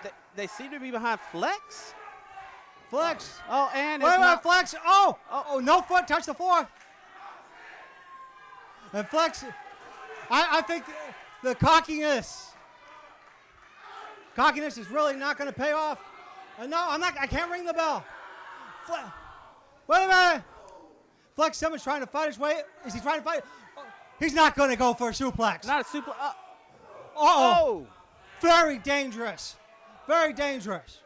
Speaker 8: They, they seem to be behind Flex.
Speaker 2: Flex.
Speaker 8: Oh, and
Speaker 2: Wait,
Speaker 8: it's
Speaker 2: wait,
Speaker 8: not-
Speaker 2: Flex. Oh, oh, oh, no foot, touch the floor. And Flex, I, I think the cockiness, cockiness is really not going to pay off. Uh, no, I'm not. I can't ring the bell. Fle- Wait a minute. Flex Simmons trying to fight his way. Is he trying to fight? Oh, He's not going to go for a suplex.
Speaker 8: not a super. Uh,
Speaker 2: oh,
Speaker 8: oh!
Speaker 2: very dangerous. Very dangerous.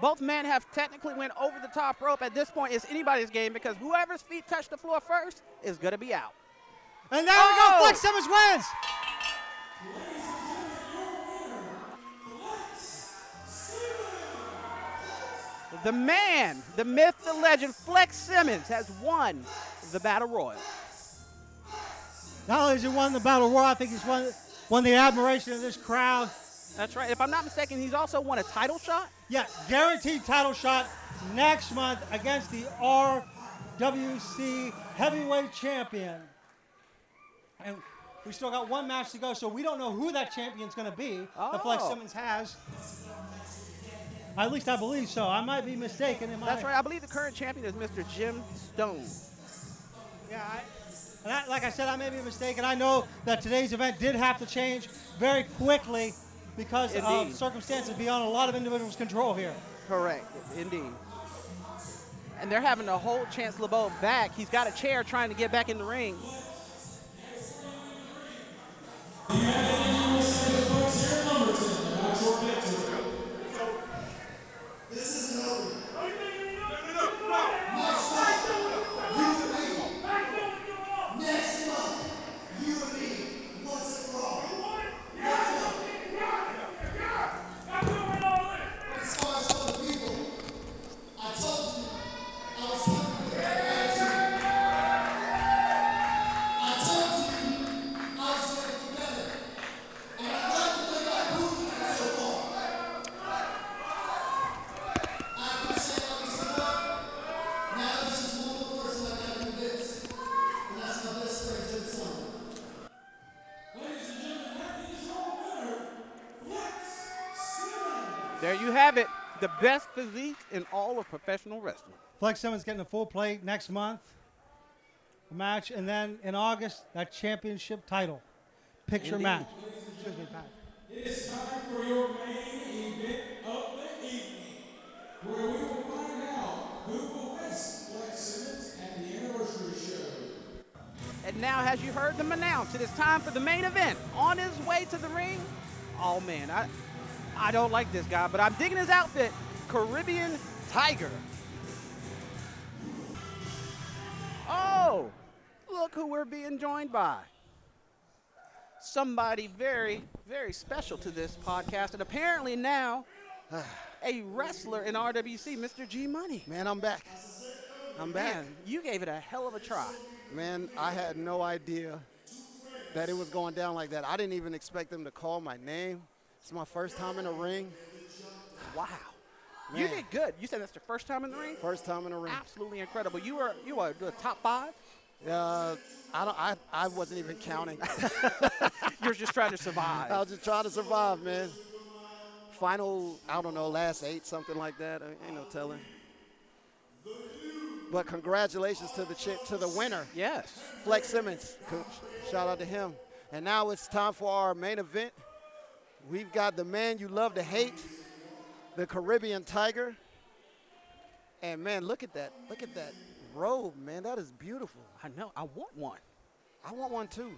Speaker 8: Both men have technically went over the top rope. At this point, it's anybody's game because whoever's feet touch the floor first is going to be out.
Speaker 2: And there we
Speaker 8: Oh!
Speaker 2: go. Flex Simmons wins.
Speaker 8: The man, the myth, the legend, Flex Simmons has won the Battle Royal.
Speaker 2: Not only has he won the Battle Royal, I think he's won, won the admiration of this crowd.
Speaker 8: That's right. If I'm not mistaken, he's also won a title shot.
Speaker 2: Yeah, guaranteed title shot next month against the RWC heavyweight champion. And we still got one match to go, so we don't know who that champion's going to be that Flex
Speaker 8: Oh.
Speaker 2: Simmons has. At least I believe so. I might be mistaken. in my-
Speaker 8: That's right. I believe the current champion is Mr. Jim Stone.
Speaker 2: Yeah, I, and I, like I said, I may be mistaken. I know that today's event did have to change very quickly because of
Speaker 8: Indeed.
Speaker 2: circumstances beyond a lot of individuals' control here.
Speaker 8: Correct. Indeed. And they're having to hold Chance LeBeau back. He's got a chair trying to get back in the ring. There you have it. The best physique in all of professional wrestling.
Speaker 2: Flex Simmons getting a full plate next month match, and then in August that championship title picture match. Excuse me, Pat.
Speaker 8: And now, as you heard them announce, it is time for the main event. On his way to the ring. Oh man, I I don't like this guy, but I'm digging his outfit. Caribbean Tiger. Oh, look who we're being joined by. Somebody very, very special to this podcast, and apparently now *sighs* a wrestler in RWC, Mr. G Money.
Speaker 6: Man, I'm back. I'm back.
Speaker 8: Man, you gave it a hell of a try.
Speaker 6: Man, I had no idea that it was going down like that. I didn't even expect them to call my name. It's my first time in a ring.
Speaker 8: Wow. You
Speaker 6: Man.
Speaker 8: did good. You said that's your first time in the ring?
Speaker 6: First time in a ring.
Speaker 8: Absolutely incredible. You were you were the top five.
Speaker 6: Uh, I don't. I, I wasn't even counting. *laughs*
Speaker 8: You were just trying to
Speaker 6: I
Speaker 8: survive.
Speaker 6: was just trying to survive, man. Final, I don't know, last eight, something like that. I- Ain't no telling. But congratulations to the chi- to the winner,
Speaker 8: Yes.
Speaker 6: Flex Simmons. Co- Shout out to him. And now it's time for our main event. We've got the man you love to hate, the Caribbean Tiger. And man, look at that! Look at that robe, man. That is beautiful.
Speaker 8: I know. I want one.
Speaker 6: I want one *laughs* too.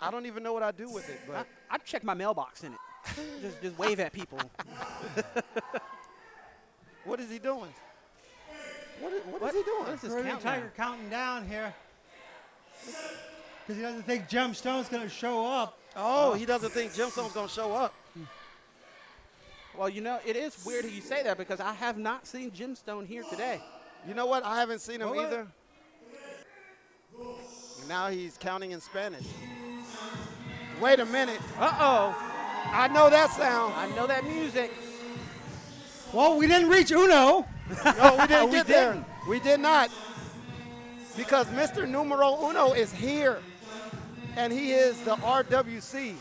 Speaker 6: I don't even know what I do with it, *laughs*
Speaker 8: I,
Speaker 6: but
Speaker 8: I'd check my mailbox in it. just just wave at people.
Speaker 6: what is he doing? What is, what is he doing?
Speaker 8: What is this
Speaker 2: Caribbean
Speaker 8: countdown?
Speaker 2: Tiger counting down here because he doesn't think Gem Stone's going to show up.
Speaker 6: Oh, he doesn't think Gemstone's gonna show up.
Speaker 8: Well, you know, it is weird that you say that because I have not seen Jim Stone here today.
Speaker 6: You know what? I haven't seen him
Speaker 2: Well,
Speaker 6: either. Now he's counting in Spanish. Wait a minute.
Speaker 8: Uh-oh.
Speaker 6: I know that sound.
Speaker 8: I know that music.
Speaker 2: Well, we didn't reach Uno.
Speaker 6: *laughs* No, we didn't
Speaker 8: We
Speaker 6: get there.
Speaker 8: didn't.
Speaker 6: We did not. Because Mr. Numero Uno is here. And he is the RWC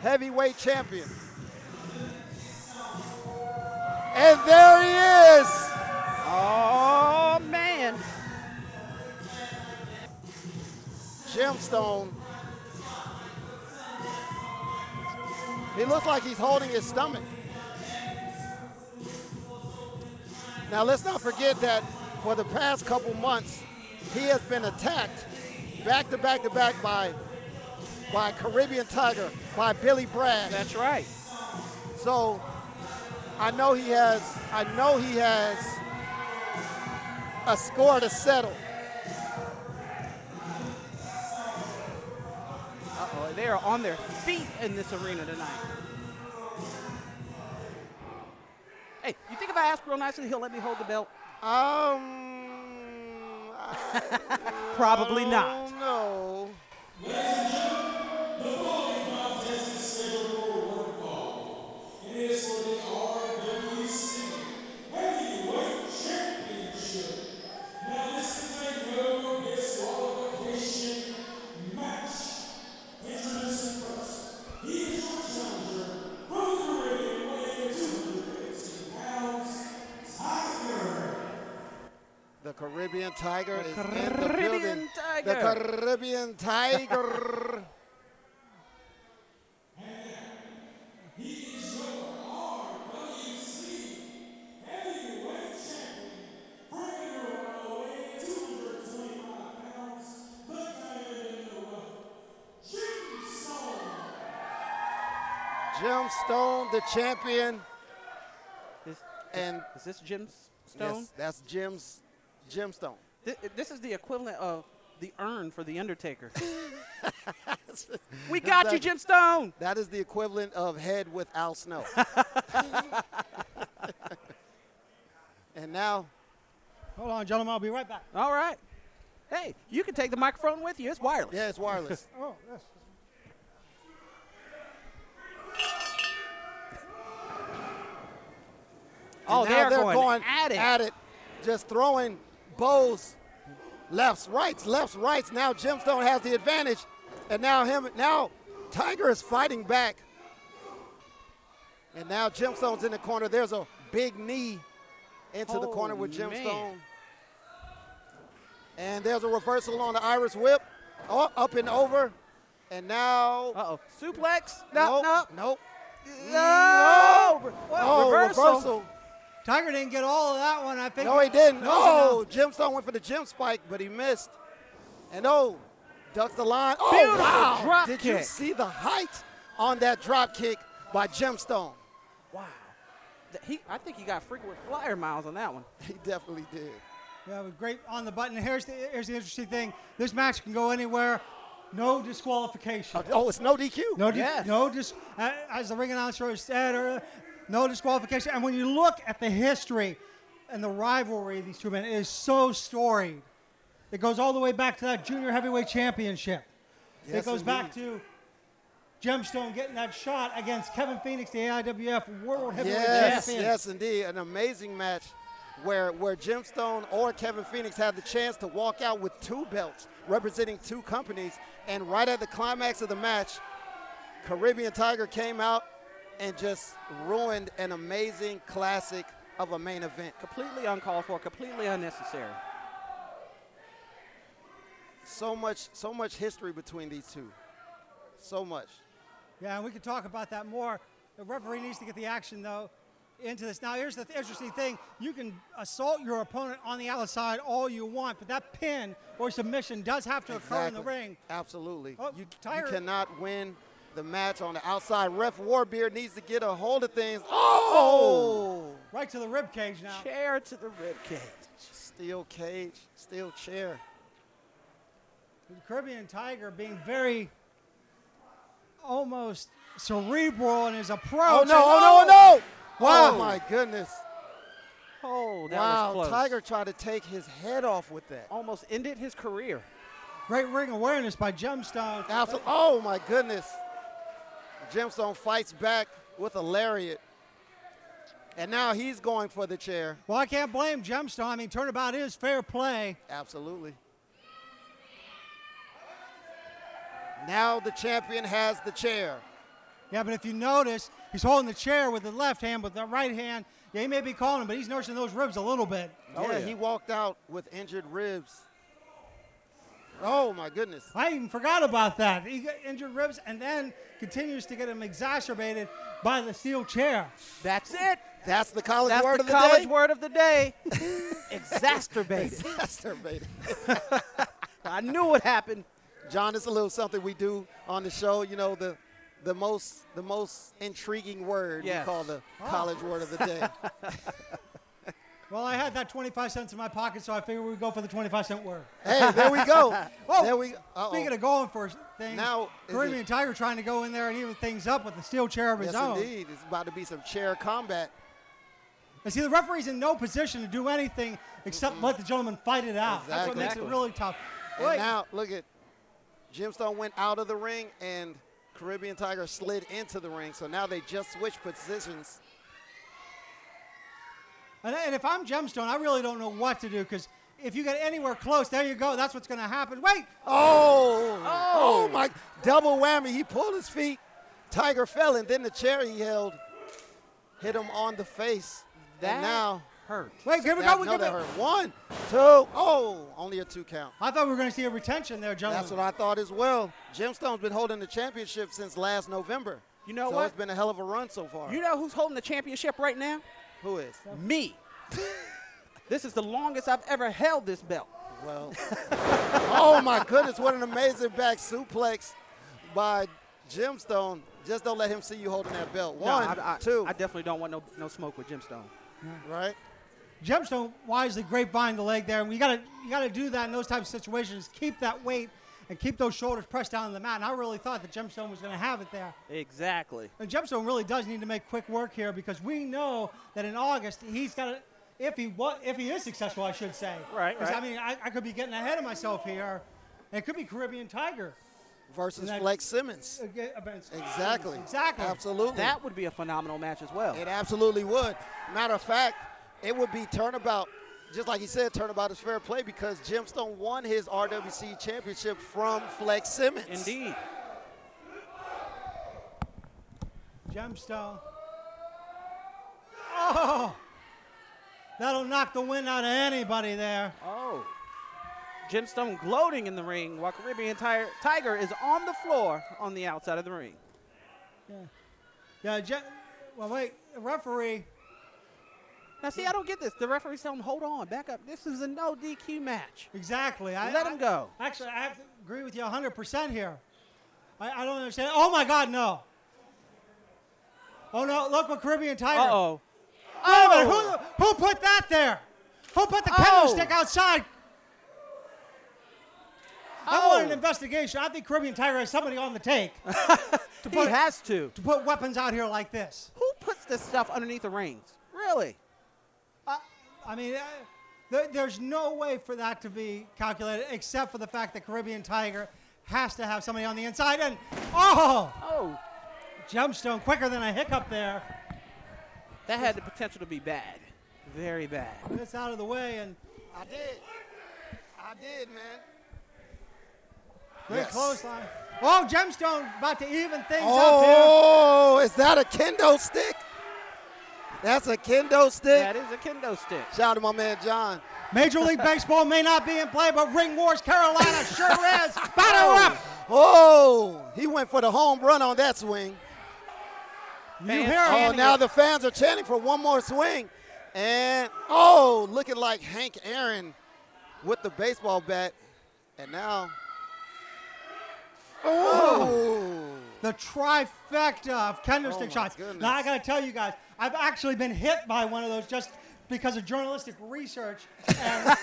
Speaker 6: heavyweight champion. And there he is.
Speaker 8: Oh man.
Speaker 6: gemstone. He looks like he's holding his stomach. Now let's not forget that for the past couple months, he has been attacked back to back to back by by Caribbean Tiger, by Billy Bragg.
Speaker 8: That's right.
Speaker 6: So I know he has I know he has a score to settle.
Speaker 8: Uh-oh. They are on their feet in this arena tonight. Hey, you think if I ask real nicely, he'll let me hold the belt?
Speaker 6: Um I-
Speaker 8: Probably not.
Speaker 6: No. The Caribbean Tiger is in the building.
Speaker 8: Caribbean
Speaker 6: The
Speaker 8: Tiger.
Speaker 6: Caribbean Tiger. Jim Stone, the champion.
Speaker 8: Is,
Speaker 6: And
Speaker 8: is this Jim Stone?
Speaker 6: yes, that's Jim's Jim Stone.
Speaker 8: Thi- This is the equivalent of the urn for
Speaker 6: *laughs*
Speaker 8: the Undertaker. we got you,
Speaker 6: Exactly.
Speaker 8: Jim Stone.
Speaker 6: That is the equivalent of head with Al Snow. *laughs* and now,
Speaker 2: Hold on, gentlemen. I'll be right back.
Speaker 8: All right. Hey, you can take the microphone with you. It's wireless.
Speaker 6: yeah, it's wireless.
Speaker 2: *laughs* Oh, yes.
Speaker 8: Oh,
Speaker 6: And now
Speaker 8: Oh, they're, going,
Speaker 6: at it.
Speaker 8: at it.
Speaker 6: Just throwing bows, lefts, rights, lefts, rights. Now Jim Stone has the advantage. And now him now Tiger is fighting back. And now Jim Stone's in the corner. There's a big knee into the
Speaker 8: Oh,
Speaker 6: corner with Jim
Speaker 8: man.
Speaker 6: Stone. And there's a reversal on the Irish whip. Oh, up and over. And now
Speaker 8: Uh oh. Suplex. No,
Speaker 6: nope,
Speaker 8: no.
Speaker 6: nope.
Speaker 8: No. Re-
Speaker 6: Oh,
Speaker 8: reversal.
Speaker 6: reversal.
Speaker 2: Tiger didn't get all of that one. I think.
Speaker 6: No, he didn't.
Speaker 2: No,
Speaker 6: Oh, Jim Stone went for the gym spike, but he missed. And oh, ducks the line. Oh,
Speaker 8: Beautiful
Speaker 6: wow.
Speaker 8: drop
Speaker 6: Did you
Speaker 8: kick.
Speaker 6: see the height on that drop kick by Jim Stone?
Speaker 8: Wow. Th- He, I think he got frequent flyer miles on that one.
Speaker 6: *laughs* He definitely did.
Speaker 2: Yeah, but great on the button. Here's the here's the interesting thing. This match can go anywhere. No disqualification.
Speaker 6: Oh, it's no DQ.
Speaker 2: No, dis-
Speaker 8: Yes.
Speaker 2: no, dis- uh, as the ring announcer said, earlier, no disqualification. And when you look at the history and the rivalry of these two men, it is so storied. It goes all the way back to that junior heavyweight championship.
Speaker 6: Yes,
Speaker 2: it goes back to Gemstone getting that shot against Kevin Phoenix, the AIWF World Heavyweight
Speaker 6: Yes,
Speaker 2: Champion.
Speaker 6: yes, indeed. An amazing match where, where Jim Stone or Kevin Phoenix had the chance to walk out with two belts representing two companies. And right at the climax of the match, Caribbean Tiger came out and just ruined an amazing classic of a main event.
Speaker 8: Completely uncalled for. Completely unnecessary.
Speaker 6: So much, so much history between these two. So much.
Speaker 2: Yeah, and we could talk about that more. The referee needs to get the action though into this. Now, here's the th- interesting thing: you can assault your opponent on the outside all you want, but that pin or submission does have to occur in the
Speaker 6: Exactly.
Speaker 2: ring.
Speaker 6: Absolutely.
Speaker 2: Oh,
Speaker 6: you, you
Speaker 2: Tiger-
Speaker 6: cannot win the match on the outside. Ref Warbeard needs to get a hold of things. Oh!
Speaker 2: Right to the rib cage now.
Speaker 8: Chair to the rib cage.
Speaker 6: Steel cage, steel chair.
Speaker 2: The Caribbean Tiger being very almost cerebral in his approach.
Speaker 6: Oh, no,
Speaker 2: And-
Speaker 6: oh, no, oh, no!
Speaker 2: Wow.
Speaker 6: Oh, my goodness.
Speaker 8: Oh, that
Speaker 6: wow,
Speaker 8: was close.
Speaker 6: Tiger tried to take his head off with that.
Speaker 8: almost ended his career.
Speaker 2: Great ring awareness by Gemstone.
Speaker 6: Absol- oh, my goodness. Gemstone fights back with a lariat. And now he's going for the chair.
Speaker 2: Well, I can't blame Gemstone. I mean, turnabout is fair play.
Speaker 6: Absolutely. Now the champion has the chair.
Speaker 2: Yeah, but if you notice, he's holding the chair with the left hand, but the right hand, yeah, he may be calling him, but he's nursing those ribs a little bit.
Speaker 6: yeah, he walked out with injured ribs. Oh, my goodness.
Speaker 2: I even forgot about that. He got injured ribs and then continues to get him exacerbated by the steel chair.
Speaker 8: That's it.
Speaker 6: That's the college
Speaker 8: That's
Speaker 6: word
Speaker 8: the
Speaker 6: of the
Speaker 8: college
Speaker 6: day.
Speaker 8: word of the day. Exacerbated.
Speaker 6: *laughs* Exacerbated.
Speaker 8: I knew what happened.
Speaker 6: John, it's a little something we do on the show. You know, the the most the most intriguing word
Speaker 8: Yes.
Speaker 6: we call the
Speaker 2: Oh.
Speaker 6: college word of the
Speaker 2: *laughs*
Speaker 6: day.
Speaker 2: Well, I had that 25 cents in my pocket, so I figured we'd go for the 25 cent word.
Speaker 6: hey, there we
Speaker 2: *laughs*
Speaker 6: go.
Speaker 2: Oh,
Speaker 6: there we uh
Speaker 2: Speaking of going for things,
Speaker 6: Now, is
Speaker 2: Caribbean
Speaker 6: it-
Speaker 2: Tiger trying to go in there and even things up with the steel chair of his
Speaker 6: Yes,
Speaker 2: own.
Speaker 6: indeed. It's about to be some chair combat.
Speaker 2: And see, the referee's in no position to do anything except let the gentleman fight it out. That's what makes it
Speaker 6: Exactly.
Speaker 2: really tough.
Speaker 6: And
Speaker 2: Wait.
Speaker 6: now look at Jim Stone went out of the ring and Caribbean Tiger slid into the ring. So now they just switched positions.
Speaker 2: And, and if I'm Gemstone, I really don't know what to do because if you get anywhere close, there you go. That's what's going to happen. Wait,
Speaker 6: Oh, oh, my double whammy. He pulled his feet. Tiger fell and then the chair he held hit him on the face.
Speaker 8: That
Speaker 6: and now
Speaker 8: hurt.
Speaker 2: Wait, here we
Speaker 6: That-
Speaker 2: go. We
Speaker 6: no,
Speaker 2: give
Speaker 6: that
Speaker 2: it.
Speaker 6: hurt. One, two, oh, only a two count.
Speaker 2: I thought we were going to see a retention there, gentlemen.
Speaker 6: That's what I thought as well. Gemstone's been holding the championship since last November.
Speaker 8: You know
Speaker 6: so
Speaker 8: what?
Speaker 6: it's been a hell of a run so far.
Speaker 8: You know who's holding the championship right now?
Speaker 6: Who is?
Speaker 8: Me. *laughs* this is the longest I've ever held this belt. *laughs*
Speaker 6: Well, oh my goodness, what an amazing back suplex by Gemstone. Just don't let him see you holding that belt.
Speaker 8: No,
Speaker 6: One,
Speaker 8: I, I,
Speaker 6: two,
Speaker 8: I definitely don't want no, no smoke with Gemstone.
Speaker 6: right?
Speaker 2: Gemstone wisely grapevine the leg there, and we gotta you gotta do that in those types of situations. Keep that weight and keep those shoulders pressed down on the mat. And I really thought that Gemstone was gonna have it there.
Speaker 8: Exactly.
Speaker 2: And Gemstone really does need to make quick work here because we know that in August he's got to, if he wa- if he is successful, I should say.
Speaker 8: Right,
Speaker 2: 'Cause, I
Speaker 8: right.
Speaker 2: mean, I, I could be getting ahead of myself here. And it could be Caribbean Tiger
Speaker 6: Versus
Speaker 2: That-
Speaker 6: Flex Simmons.
Speaker 2: aga- against.
Speaker 6: Exactly.
Speaker 2: Exactly.
Speaker 6: Absolutely.
Speaker 8: That would be a phenomenal match as well.
Speaker 6: It absolutely would. Matter of fact, it would be turnabout. Just like he said, turnabout is fair play because Gemstone won his RWC championship from Flex Simmons.
Speaker 8: Indeed.
Speaker 2: Gemstone. Oh, that'll knock the wind out of anybody there.
Speaker 8: Oh. Gemstone gloating in the ring while Caribbean Ti- Tiger is on the floor on the outside of the ring.
Speaker 2: Yeah, Je- well, wait, referee.
Speaker 8: Now, see, I don't get this. The referee's telling him, hold on, back up. This is a no DQ match.
Speaker 2: Exactly. I,
Speaker 8: Let him
Speaker 2: I-
Speaker 8: go.
Speaker 2: Actually, I have to agree with you 100% here. I, I don't understand. Oh, my God, no. Oh, no, look what Caribbean Tiger.
Speaker 8: Uh oh.
Speaker 2: Wait a minute, who, who put that there? Who put the kendo
Speaker 8: Oh.
Speaker 2: stick outside? I
Speaker 8: Oh!
Speaker 2: want an investigation. I think Caribbean Tiger has somebody on the
Speaker 8: *laughs*
Speaker 2: take to,
Speaker 8: He
Speaker 2: put,
Speaker 8: has to.
Speaker 2: to put weapons out here like this.
Speaker 8: Who puts this stuff underneath the rings? Really?
Speaker 2: I mean, uh, there, there's no way for that to be calculated except for the fact that Caribbean Tiger has to have somebody on the inside. And oh,
Speaker 8: Oh,
Speaker 2: Gemstone quicker than a hiccup there.
Speaker 8: that had the potential to be bad. Very bad.
Speaker 2: It's out of the way and
Speaker 6: I did. I did, man.
Speaker 2: very
Speaker 6: Yes.
Speaker 2: close line. Oh, Gemstone about to even things up
Speaker 6: Oh, is that a kendo stick? That's a kendo stick.
Speaker 8: That is a kendo stick.
Speaker 6: Shout out to my man John.
Speaker 2: here. Major League Baseball may not be in play, but Ring Wars Carolina
Speaker 6: *laughs*
Speaker 2: sure is. Batter up.
Speaker 6: Oh, he went for the home run on that swing.
Speaker 2: You
Speaker 8: Man,
Speaker 2: hear
Speaker 6: Oh,
Speaker 2: him.
Speaker 6: now the fans are chanting for one more swing. And oh, looking like Hank Aaron with the baseball bat. And now, oh,
Speaker 2: the trifecta of kendo
Speaker 6: Oh
Speaker 2: stick
Speaker 6: my
Speaker 2: shots.
Speaker 6: goodness.
Speaker 2: Now I gotta tell you guys, I've actually been hit by one of those just because of journalistic research. And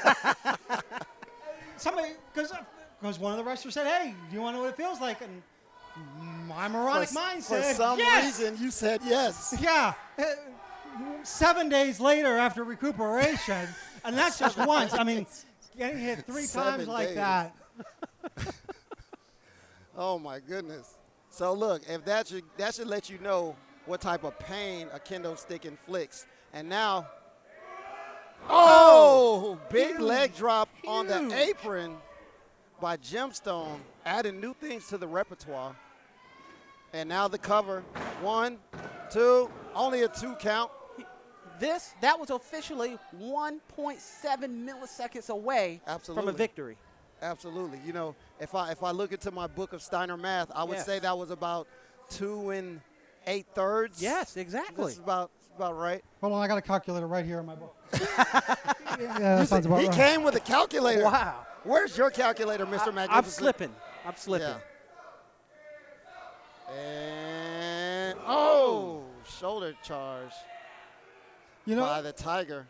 Speaker 2: somebody, because because one of the wrestlers said, "Hey, do you want to know what it feels like?" And my moronic
Speaker 6: for,
Speaker 2: mind
Speaker 6: for
Speaker 2: said,
Speaker 6: some
Speaker 2: "Yes."
Speaker 6: reason you said yes.
Speaker 2: *laughs* Yeah. Uh, Seven days later after recuperation, and that's
Speaker 6: *laughs*
Speaker 2: just once. I mean, getting hit three
Speaker 6: Seven
Speaker 2: times like
Speaker 6: days.
Speaker 2: that.
Speaker 6: Oh my goodness. So look, if that should that should let you know what type of pain a kendo stick inflicts. And now, oh, big leg drop on the apron by Gemstone, adding new things to the repertoire. And now the cover, one, two, only a two count.
Speaker 8: This, that was officially 1.7 milliseconds away from
Speaker 6: Absolutely.
Speaker 8: a victory.
Speaker 6: Absolutely. You know, if I if I look into my book of Steiner math, I would
Speaker 8: Yes.
Speaker 6: say that was about two and eight thirds.
Speaker 8: Yes,
Speaker 6: This
Speaker 8: exactly.
Speaker 6: is about about right.
Speaker 2: Hold on, I got a calculator right here in my
Speaker 6: *laughs*
Speaker 2: book. yeah, that sounds about
Speaker 6: he
Speaker 2: right.
Speaker 6: came with a calculator.
Speaker 8: Wow.
Speaker 6: Where's your calculator, Mr.
Speaker 8: I,
Speaker 6: Magnificent?
Speaker 8: I'm slipping. I'm slipping.
Speaker 6: Yeah. And oh, shoulder charge
Speaker 2: You know,
Speaker 6: by the Tiger.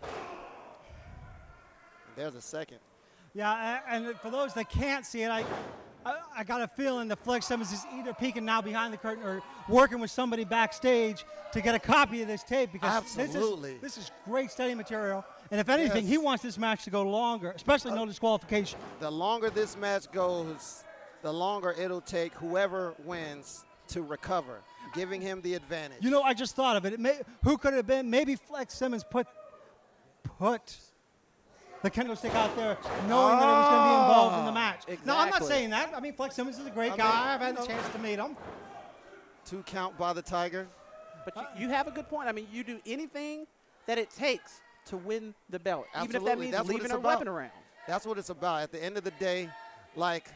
Speaker 6: There's a second.
Speaker 2: Yeah, a- and for those that can't see it, I, I, I got a feeling that Flex Simmons is either peeking now behind the curtain or working with somebody backstage to get a copy of this tape because
Speaker 6: Absolutely.
Speaker 2: This, is, this is great study material. And if anything,
Speaker 6: Yes. Uh,
Speaker 2: he wants this match to go longer, especially no disqualification.
Speaker 6: The longer this match goes, the longer it'll take whoever wins to recover, giving him the advantage.
Speaker 2: You know, I just thought of it. it may, who could it have been? Maybe Flex Simmons put put the kendo stick out there, knowing that he was going to be involved in the match. No, I'm not
Speaker 8: exactly.
Speaker 2: saying that. I mean, Flex Simmons is a
Speaker 6: Ah,
Speaker 2: great
Speaker 6: I
Speaker 2: guy.
Speaker 6: mean,
Speaker 2: I've had
Speaker 6: you
Speaker 2: the
Speaker 6: know.
Speaker 2: chance to meet him.
Speaker 6: two count by the Tiger.
Speaker 8: But you, you have a good point. I mean, you do anything that it takes to win the belt, even if
Speaker 6: Absolutely.
Speaker 8: that means
Speaker 6: That's what
Speaker 8: leaving
Speaker 6: it's
Speaker 8: her
Speaker 6: about.
Speaker 8: weapon around.
Speaker 6: That's what it's about. At the end of the day, like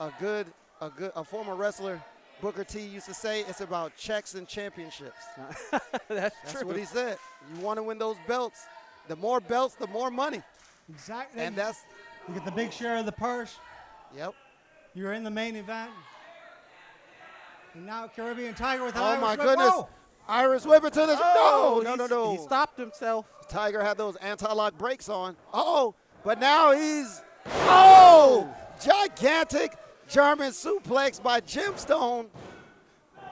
Speaker 6: a good, a good, a former wrestler, Booker T used to say, it's about checks and championships.
Speaker 8: *laughs* That's,
Speaker 6: That's
Speaker 8: true.
Speaker 6: what he said. You want to win those belts. The more belts, the more money.
Speaker 2: Exactly.
Speaker 6: And that's,
Speaker 2: you get the big share of the purse.
Speaker 6: yep.
Speaker 2: You're in the main event. And now Caribbean Tiger with an
Speaker 6: Oh
Speaker 2: Irish
Speaker 6: my
Speaker 2: whip.
Speaker 6: goodness.
Speaker 2: Whoa!
Speaker 6: Irish whipper to this.
Speaker 8: Oh,
Speaker 6: no, no,
Speaker 8: he's-
Speaker 6: no,
Speaker 8: He
Speaker 6: no.
Speaker 8: stopped himself.
Speaker 6: Tiger had those anti-lock brakes on. Oh, but now he's oh gigantic German suplex by Gemstone.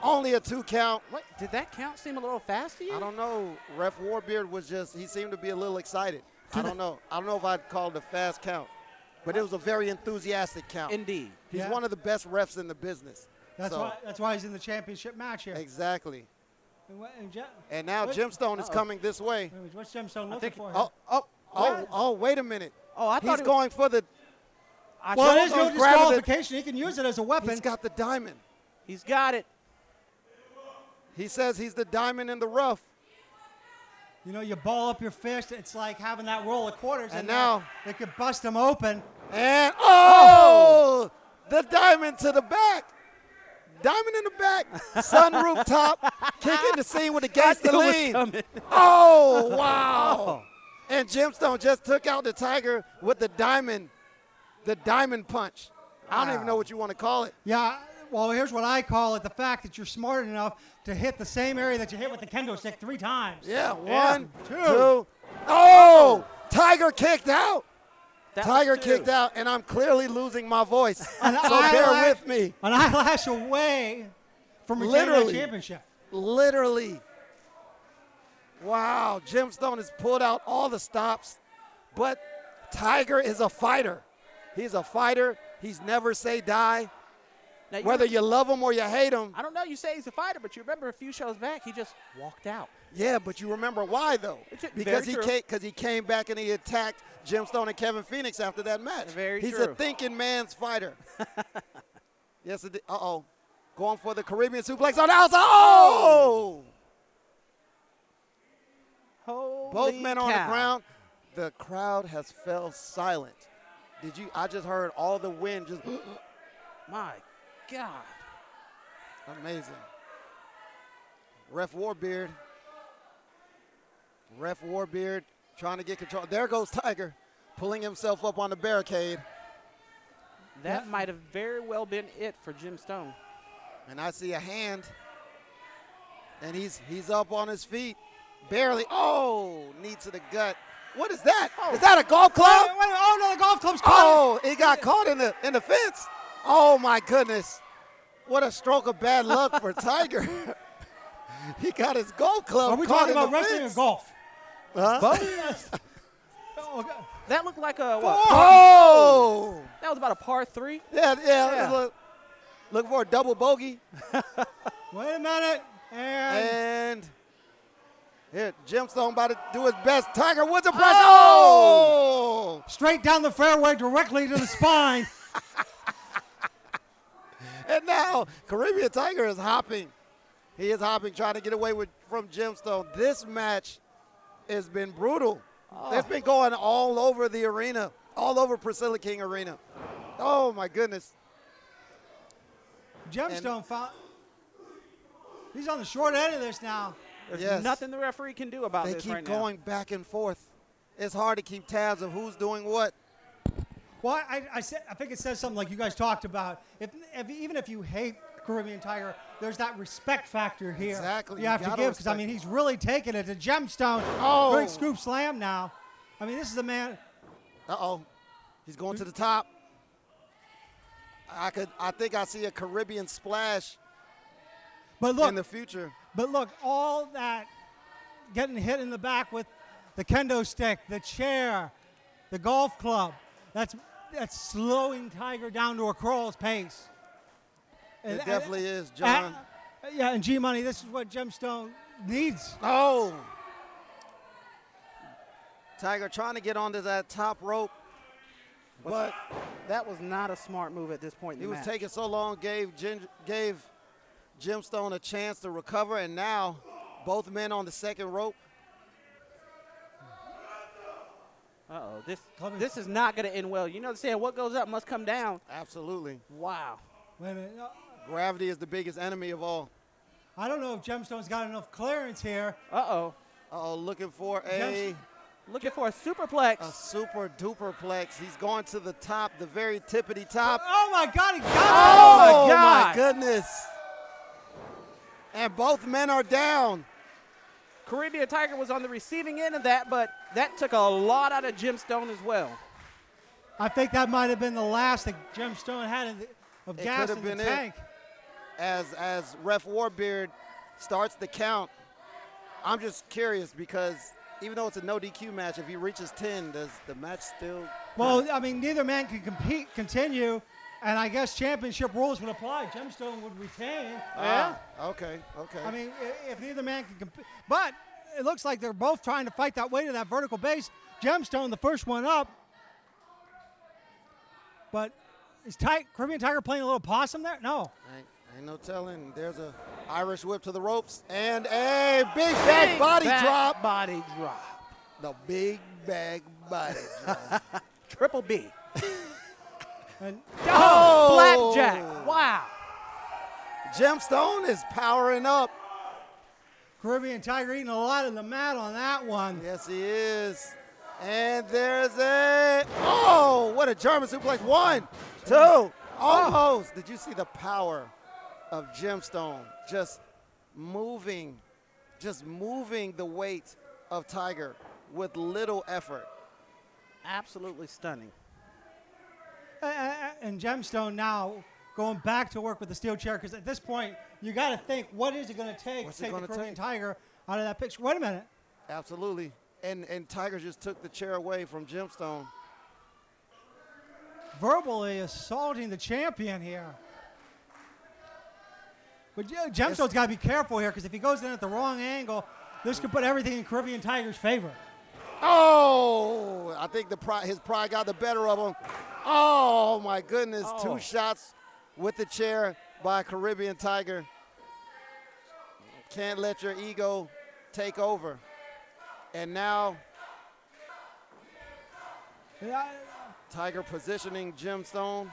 Speaker 6: Only a two count.
Speaker 8: What? Did that count seem a little fast to you?
Speaker 6: I don't know. Ref Warbeard was just he seemed to be a little excited. I don't know. I don't know if I'd call it a fast count, but it was a very enthusiastic count.
Speaker 8: Indeed.
Speaker 6: He's
Speaker 2: Yeah.
Speaker 6: one of the best refs in the business.
Speaker 2: That's
Speaker 6: So,
Speaker 2: why. That's why he's in the championship match here.
Speaker 6: Exactly.
Speaker 2: And what- and Je-
Speaker 6: And now
Speaker 2: What?
Speaker 6: Gemstone is
Speaker 8: Uh-oh.
Speaker 6: coming this way.
Speaker 2: wait, What's Gemstone looking
Speaker 8: think-
Speaker 2: for? Here?
Speaker 6: Oh, oh, oh, oh! Wait a minute.
Speaker 8: Oh, I
Speaker 6: He's
Speaker 8: thought it-
Speaker 6: going for the
Speaker 8: I
Speaker 2: well,
Speaker 8: thought
Speaker 2: it is no
Speaker 6: Gemstone's grabbing the-
Speaker 2: disqualification. He can use it as a weapon.
Speaker 6: oh, He's got the diamond.
Speaker 8: He's got it.
Speaker 6: He says he's the diamond in the rough.
Speaker 2: you know, you ball up your fist. It's like having that roll of quarters.
Speaker 6: And
Speaker 2: in
Speaker 6: now-
Speaker 2: there. they could bust him open.
Speaker 6: And oh, the diamond to the back. Diamond in the back, sunroof top, kicking the scene
Speaker 8: *laughs*
Speaker 6: with the gangster
Speaker 8: knew it was
Speaker 6: lean.
Speaker 8: coming.
Speaker 6: Oh,
Speaker 8: *laughs*
Speaker 6: wow. And Gemstone just took out the tiger with the diamond, the diamond punch. I don't even know what you want to call it.
Speaker 2: Yeah. Well, here's what I call it: the fact that you're smart enough to hit the same area that you hit with the kendo stick three times.
Speaker 6: Yeah, one,
Speaker 2: two.
Speaker 6: two. Oh, tiger kicked out.
Speaker 8: That was
Speaker 6: Tiger
Speaker 8: two.
Speaker 6: kicked out, and I'm clearly losing my voice.
Speaker 8: *laughs*
Speaker 6: so
Speaker 2: An
Speaker 6: bear
Speaker 2: eyelash-
Speaker 6: with me.
Speaker 2: An eyelash away from retaining the
Speaker 6: Literally.
Speaker 2: championship.
Speaker 6: Literally. Wow, Gemstone has pulled out all the stops, but Tiger is a fighter. He's a fighter. He's never say die.
Speaker 8: Now, you
Speaker 6: Whether
Speaker 8: remember-
Speaker 6: you love him or you hate him.
Speaker 8: I don't know. You say he's a fighter, but you remember a few shows back, he just walked out.
Speaker 6: Yeah, but you remember why though?
Speaker 8: It's a-
Speaker 6: Because
Speaker 8: very
Speaker 6: he
Speaker 8: true.
Speaker 6: came because he came back and he attacked Gemstone and Kevin Phoenix after that match.
Speaker 8: Very
Speaker 6: He's a
Speaker 8: true.
Speaker 6: thinking man's
Speaker 8: *laughs*
Speaker 6: fighter. yes, it uh oh. Going for the Caribbean suplex on the outside. Oh!
Speaker 8: Holy
Speaker 6: Both men on
Speaker 8: cow.
Speaker 6: the ground. The crowd has fell silent. Did you? I just heard all the wind. Just *gasps*
Speaker 8: My God.
Speaker 6: amazing. Ref Warbeard. Ref Warbeard trying to get control. There goes Tiger, pulling himself up on the barricade.
Speaker 8: That might have very well been it for Jim Stone.
Speaker 6: And I see a hand. And he's he's up on his feet, barely. Oh, knee to the gut. What is that? Is
Speaker 8: Oh.
Speaker 6: that a golf
Speaker 2: Wait,
Speaker 6: club?
Speaker 2: wait, wait, oh no, the golf club's caught.
Speaker 6: Oh, it got caught in the in the fence. Oh my goodness. What a stroke of bad luck for Tiger. *laughs* he got his golf club
Speaker 2: Are we
Speaker 6: Oh, caught
Speaker 2: talking
Speaker 6: in
Speaker 2: about
Speaker 6: the
Speaker 2: wrestling
Speaker 6: fence.
Speaker 2: or golf? *laughs*
Speaker 6: Huh?
Speaker 2: Both. oh, God.
Speaker 8: That looked like a what?
Speaker 6: Oh.
Speaker 8: That was about a par three.
Speaker 6: Yeah, yeah.
Speaker 8: Yeah.
Speaker 6: Look, look for a double bogey.
Speaker 2: Wait a minute. And,
Speaker 6: And here, Gemstone about to do his best. Tiger Woods a press.
Speaker 2: Oh! straight down the fairway directly to the spine.
Speaker 6: Oh! And now Caribbean Tiger is hopping. He is hopping, trying to get away with from Gemstone. This match has been brutal. It's been going all over the arena, all over Priscilla King Arena. Oh my goodness.
Speaker 2: Gemstone found. He's on the short end of this now.
Speaker 8: There's
Speaker 6: Yes.
Speaker 8: nothing the referee can do about
Speaker 6: They
Speaker 8: this
Speaker 6: keep
Speaker 8: right now.
Speaker 6: going back and forth. It's hard to keep tabs of who's doing what.
Speaker 2: Well, I, I, said, I think it says something like you guys talked about. If, if even if you hate Caribbean Tiger, there's that respect factor here.
Speaker 6: Exactly.
Speaker 2: You,
Speaker 6: You
Speaker 2: have to
Speaker 6: gotta
Speaker 2: give because I
Speaker 6: respect
Speaker 2: mean he's really taking it to Gemstone.
Speaker 6: Oh.
Speaker 2: Great scoop slam now. I mean this is a man.
Speaker 6: Uh-oh. He's going to the top. I could I think I see a Caribbean splash
Speaker 2: But look,
Speaker 6: in the future.
Speaker 2: But look, all that getting hit in the back with the kendo stick, the chair, the golf club, that's that's slowing Tiger down to a crawl's pace.
Speaker 6: It definitely is,
Speaker 2: uh,
Speaker 6: John.
Speaker 2: yeah, and G Money, this is what Gemstone needs.
Speaker 6: Oh. Tiger trying to get onto that top rope. But
Speaker 8: That was not a smart move at this point. in
Speaker 6: he
Speaker 8: the
Speaker 6: was
Speaker 8: match.
Speaker 6: taking so long, gave Gin- gave Gemstone a chance to recover, and now both men on the second rope.
Speaker 8: Uh-oh, this
Speaker 2: Coming.
Speaker 8: this is not going to end well. You know the saying, what goes up must come down.
Speaker 6: Absolutely.
Speaker 8: Wow.
Speaker 2: Wait a minute. Uh,
Speaker 6: Gravity is the biggest enemy of all.
Speaker 2: I don't know if Gemstone's got enough clearance here.
Speaker 8: Uh-oh.
Speaker 6: Uh oh, looking for a,
Speaker 2: Yes.
Speaker 8: Looking for a superplex.
Speaker 6: a super duperplex. He's going to the top, the very tippity top.
Speaker 2: Oh my God, he got it!
Speaker 8: my
Speaker 6: Oh, my
Speaker 8: God.
Speaker 6: goodness. And both men are down.
Speaker 8: Caribbean Tiger was on the receiving end of that, but that took a lot out of Jim Stone as well.
Speaker 2: I think that might have been the last that Gemstone had of, the- of
Speaker 6: It
Speaker 2: gas
Speaker 6: could've
Speaker 2: in the
Speaker 6: been it.
Speaker 2: tank.
Speaker 6: as as Ref Warbeard starts the count. I'm just curious because even though it's a no DQ match, if he reaches 10, does the match still?
Speaker 2: Well, I mean, neither man can compete, continue, and I guess championship rules would apply. Gemstone would retain.
Speaker 8: Oh,
Speaker 6: Ah, okay. Okay.
Speaker 2: I mean, i- if neither man can compete, but it looks like they're both trying to fight that weight of that vertical base. Gemstone, the first one up, but is Ti- Caribbean Tiger playing a little possum there? No.
Speaker 6: ain't, ain't no telling. There's a Irish whip to the ropes and a big bag body
Speaker 8: Back
Speaker 6: drop.
Speaker 8: Body drop.
Speaker 6: The big bag body drop.
Speaker 8: Triple B.
Speaker 2: And
Speaker 8: Oh, Blackjack. Wow.
Speaker 6: Gemstone is powering up.
Speaker 2: Caribbean Tiger eating a lot of the mat on that one.
Speaker 6: Yes, he is. And there's a oh, what a German suplex! One, two, almost. Did you see the power of Gemstone just moving, just moving the weight of Tiger with little effort?
Speaker 8: Absolutely stunning.
Speaker 2: A- a- a- And Gemstone now going back to work with the steel chair because at this point you got to think what is it going to take
Speaker 6: What's it
Speaker 2: to take the
Speaker 6: gonna
Speaker 2: Caribbean
Speaker 6: take?
Speaker 2: Tiger out of that picture? Wait a minute.
Speaker 6: Absolutely. And and Tiger just took the chair away from Gemstone.
Speaker 2: verbally assaulting the champion here. But yeah, Gemstone's got to be careful here because if he goes in at the wrong angle, this could put everything in Caribbean Tiger's favor.
Speaker 6: Oh, I think the pride, his pride got the better of him. Oh my goodness! Two shots with the chair by Caribbean Tiger. Can't let your ego take over. And now
Speaker 2: Yeah,
Speaker 6: Tiger positioning Gemstone.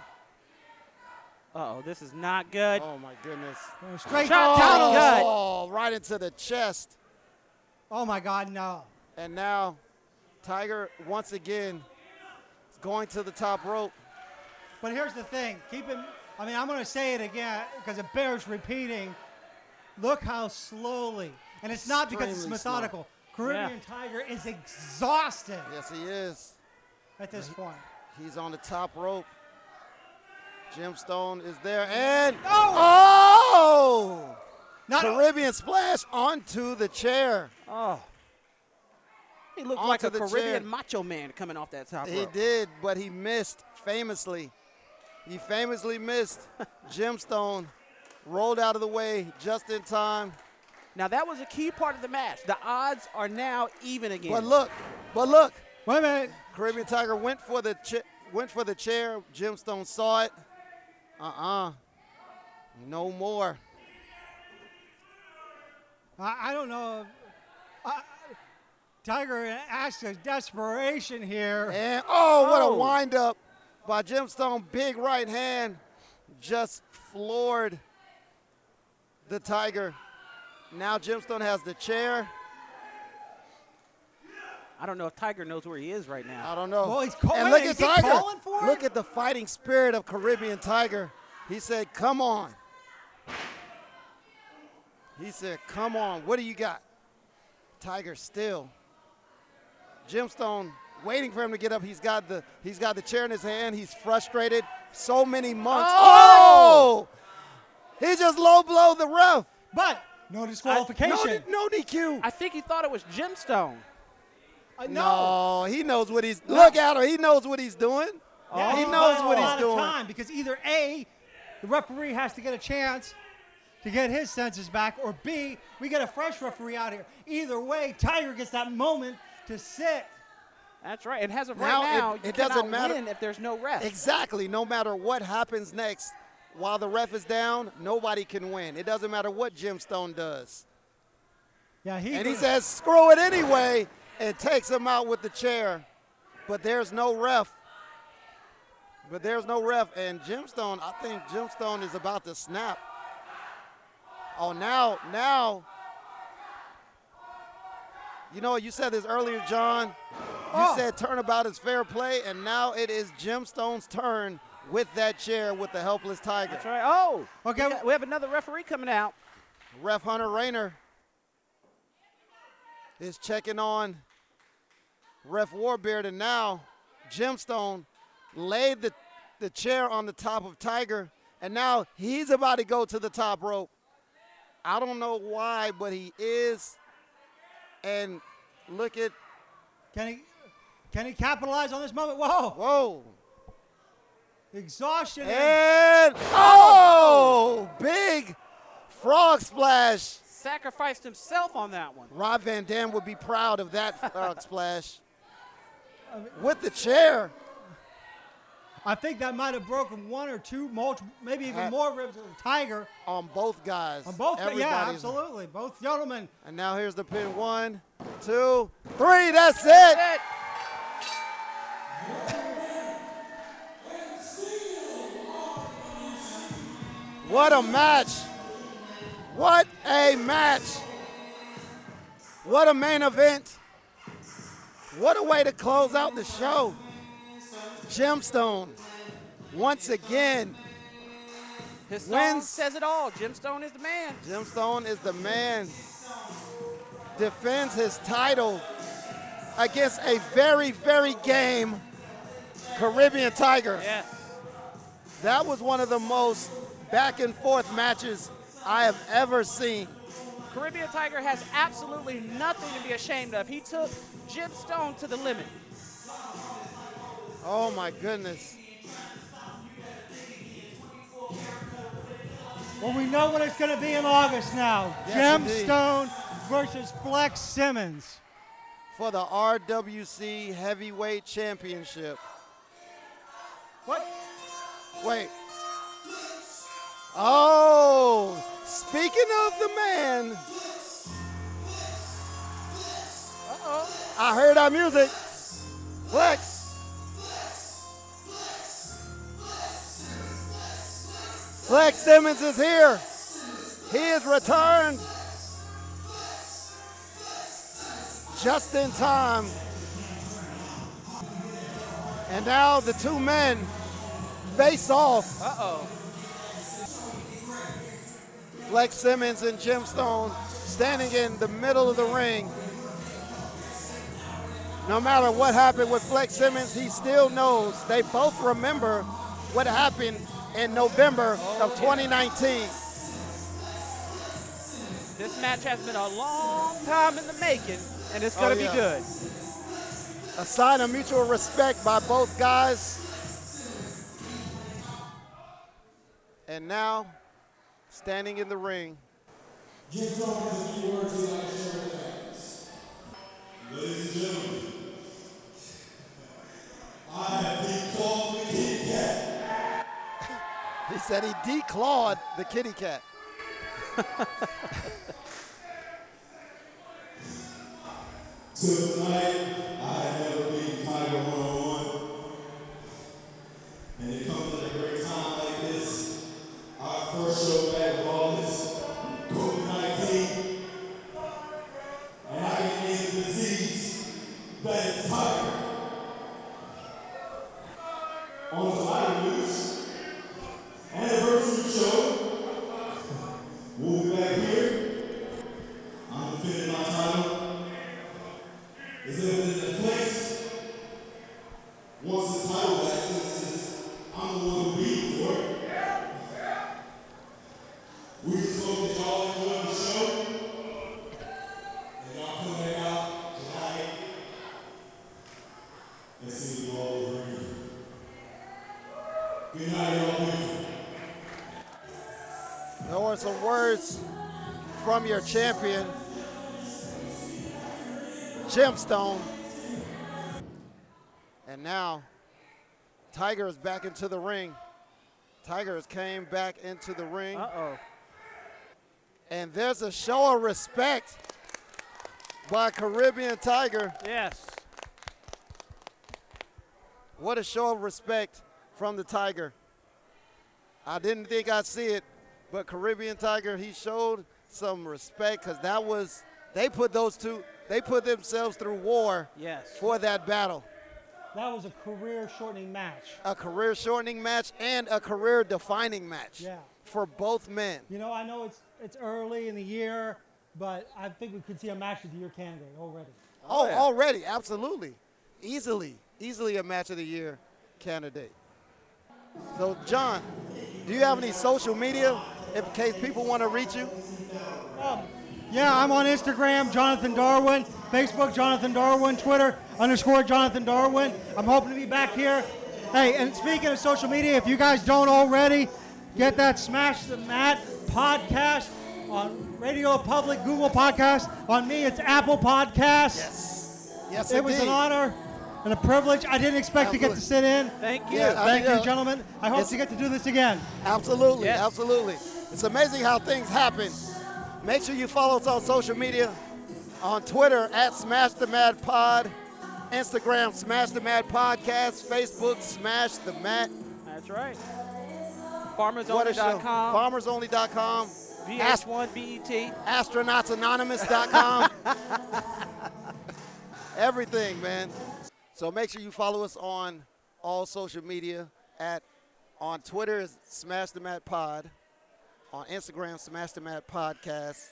Speaker 8: Uh-oh, this is not good.
Speaker 6: Oh my goodness!
Speaker 2: going straight
Speaker 8: Shot down on gut.
Speaker 6: Oh, right into the chest.
Speaker 2: Oh my God, no!
Speaker 6: And now Tiger once again is going to the top rope.
Speaker 2: But here's the thing: keep in. I mean, I'm going to say it again because it bears repeating. Look how slowly, and it's not because it's
Speaker 6: Extremely slow.
Speaker 2: methodical. Caribbean Tiger is exhausted
Speaker 6: Yes, he is.
Speaker 2: at this point.
Speaker 6: He's on the top rope. Gemstone is there and oh!
Speaker 2: Not
Speaker 6: Caribbean splash onto the chair.
Speaker 8: Oh. He looked
Speaker 6: Onto
Speaker 8: like a
Speaker 6: the chair.
Speaker 8: Caribbean macho man coming off that top
Speaker 6: He
Speaker 8: rope.
Speaker 6: did, but he missed famously. He famously
Speaker 8: *laughs*
Speaker 6: missed. Gemstone rolled out of the way just in time.
Speaker 8: Now that was a key part of the match. The odds are now even again.
Speaker 6: But look, but look,
Speaker 2: Wait a minute.
Speaker 6: Caribbean Tiger went for the cha- went for the chair. Gemstone saw it. Uh-uh. No more.
Speaker 2: I, I don't know. If, I, Tiger in acts of desperation here.
Speaker 6: And oh, what
Speaker 8: Oh.
Speaker 6: a windup by Gemstone. Big right hand just floored the Tiger. Now Gemstone has the chair.
Speaker 8: I don't know if Tiger knows where he is right now.
Speaker 6: I don't know.
Speaker 2: Well, he's call-
Speaker 6: and
Speaker 2: wait,
Speaker 6: look
Speaker 2: is
Speaker 6: at
Speaker 2: he
Speaker 6: Tiger.
Speaker 2: calling for it?
Speaker 6: look at the fighting spirit of Caribbean Tiger. He said, "Come on." He said, "Come on. What do you got?" Tiger still. Gemstone waiting for him to get up. He's got the he's got the chair in his hand. He's frustrated. So many months. Oh! He just low blow the ref.
Speaker 2: But no disqualification.
Speaker 6: No, D- no DQ.
Speaker 8: I think he thought it was Gemstone.
Speaker 2: Uh,
Speaker 6: No, he knows what he's. Look at him. He knows what he's doing.
Speaker 2: Yeah,
Speaker 6: he
Speaker 2: he's
Speaker 6: knows
Speaker 2: buying
Speaker 6: what
Speaker 2: Oh. a
Speaker 6: he's
Speaker 2: lot
Speaker 6: doing.
Speaker 2: Of time because either A, the referee has to get a chance to get his senses back, or B, we get a fresh referee out here. Either way, Tiger gets that moment to sit.
Speaker 8: That's right. And has of
Speaker 6: Now
Speaker 8: right
Speaker 6: it-
Speaker 8: now, you
Speaker 6: it doesn't
Speaker 8: cannot
Speaker 6: matter.
Speaker 8: win if there's no ref.
Speaker 6: Exactly. No matter what happens next, while the ref is down, nobody can win. It doesn't matter what Jim Stone does.
Speaker 2: Yeah, he.
Speaker 6: And he says, screw it anyway, and takes him out with the chair. but there's no ref. But there's no ref, and Gemstone, I think Gemstone is about to snap. Oh, now, now. You know, you said this earlier, John. You said turnabout is fair play, and now it is Gemstone's turn with that chair with the helpless Tiger.
Speaker 8: That's right. Oh,
Speaker 2: Okay.
Speaker 8: We, got- we have another referee coming out.
Speaker 6: Ref Hunter Rayner is checking on Ref Warbeard, and now Gemstone laid the, the chair on the top of Tiger, and now he's about to go to the top rope. I don't know why, but he is. And look at,
Speaker 2: Can he can he capitalize on this moment? Whoa!
Speaker 6: whoa.
Speaker 2: Exhaustion. and-
Speaker 6: And, oh, big frog splash.
Speaker 8: Sacrificed himself on that one.
Speaker 6: Rob Van Dam would be proud of that frog splash. With the chair.
Speaker 2: I think that might have broken one or two, multiple, maybe even
Speaker 6: Uh,
Speaker 2: more ribs of the tiger
Speaker 6: on both guys.
Speaker 2: on both. Yeah,
Speaker 6: Everybody's-
Speaker 2: absolutely. Both gentlemen.
Speaker 6: And now here's the pin. One, two, three. That's it.
Speaker 8: That-
Speaker 6: What a match. What a match. What a main event. What a way to close out the show. Gemstone, once again.
Speaker 8: His song
Speaker 6: Wins.
Speaker 8: says it all. Jim Stone is the man.
Speaker 6: Gemstone is the man. Defends his title against a very, very game Caribbean Tiger.
Speaker 8: Yes.
Speaker 6: That was one of the most back and forth matches I have ever seen.
Speaker 8: Caribbean Tiger has absolutely nothing to be ashamed of. He took Jim Stone to the limit.
Speaker 6: Oh my goodness.
Speaker 2: Well, we know what it's going to be in August now.
Speaker 6: Yes, indeed.
Speaker 2: Gemstone versus Flex Simmons.
Speaker 6: For the RWC Heavyweight Championship.
Speaker 2: What?
Speaker 6: Wait. Oh, speaking of the man. Uh-oh. I heard our music. Flex. Flex Simmons is here. He is returned just in time. And now the two men face off. Uh oh. Flex Simmons and Gemstone standing in the middle of the ring. No matter what happened with Flex Simmons, he still knows. They both remember what happened in November of 2019.
Speaker 8: This match has been a long time in the making, and it's going
Speaker 6: Oh,
Speaker 8: to
Speaker 6: yeah.
Speaker 8: be good.
Speaker 6: A sign of mutual respect by both guys. And now, standing in the ring, he said he declawed the kitty cat. There were some words from your champion, Gemstone. And now, Tiger is back into the ring. Tiger has came back into the ring.
Speaker 8: Uh-oh.
Speaker 6: And there's a show of respect by Caribbean Tiger.
Speaker 8: Yes.
Speaker 6: What a show of respect from the Tiger. I didn't think I'd see it, but Caribbean Tiger, he showed some respect because that was, they put those two, they put themselves through war
Speaker 8: Yes.
Speaker 6: for that battle.
Speaker 2: That was a career shortening match.
Speaker 6: A career shortening match and a career defining match
Speaker 2: Yeah.
Speaker 6: for both men.
Speaker 2: You know, I know it's it's early in the year, but I think we could see a match of the year candidate already.
Speaker 6: Oh, already, absolutely. Easily, easily a match of the year candidate. So, John, do you have any social media in case people want to reach you?
Speaker 2: Yeah, I'm on Instagram, Jonathan Darwin, Facebook, Jonathan Darwin, Twitter, underscore Jonathan Darwin. I'm hoping to be back here. Hey, and speaking of social media, if you guys don't already, get that Smash the Mat podcast on Radio Public, Google Podcast. On me, it's Apple Podcasts.
Speaker 6: Yes,
Speaker 2: It was an honor and a privilege. I didn't expect to get to sit in.
Speaker 8: Thank you.
Speaker 6: Yeah, I
Speaker 2: Thank
Speaker 6: mean,
Speaker 2: you,
Speaker 6: uh,
Speaker 2: gentlemen. I hope
Speaker 6: it's-
Speaker 2: to get to do this again.
Speaker 6: Absolutely,
Speaker 8: Yes.
Speaker 6: absolutely. It's amazing how things happen. Make sure you follow us on social media on Twitter at Smash the Mad Pod, Instagram Smash the Mad Podcast, Facebook Smash the Mad.
Speaker 8: That's right.
Speaker 6: What a show.
Speaker 8: FarmersOnly.com,
Speaker 6: FarmersOnly.com, Ast-
Speaker 8: VH1BET.
Speaker 6: astronautanonymous.com. *laughs* Everything, man. So make sure you follow us on all social media at on Twitter is Smash the Mat Pod, on Instagram Smash the Mat Podcast,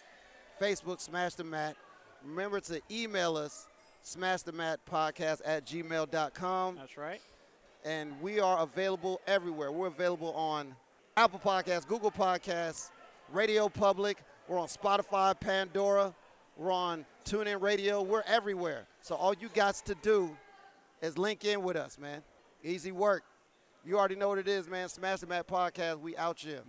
Speaker 6: Facebook Smash the Mat. Remember to email us Smash the Mat Podcast at gmail.com
Speaker 8: That's right.
Speaker 6: and we are available everywhere. We're available on Apple Podcasts, Google Podcasts, Radio Public. We're on Spotify, Pandora. We're on TuneIn Radio. We're everywhere. So all you got to do is link in with us, man. Easy work. You already know what it is, man. Smash the Mat Podcast. We out here.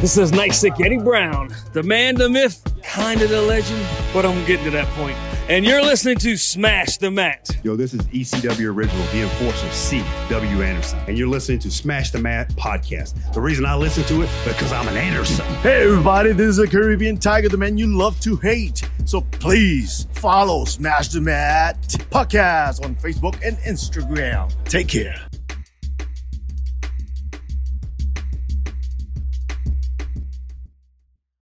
Speaker 3: This is Nice Sick Eddie Brown, the man, the myth, kind of the legend, but I'm getting to that point. And you're listening to Smash the Mat.
Speaker 10: Yo, this is ECW Original, the enforcer C. W. Anderson, and you're listening to Smash the Mat podcast. The reason I listen to it because I'm an Anderson.
Speaker 3: Hey, everybody, this is the Caribbean Tiger, the man you love to hate. So please follow Smash the Mat podcast on Facebook and Instagram. Take care.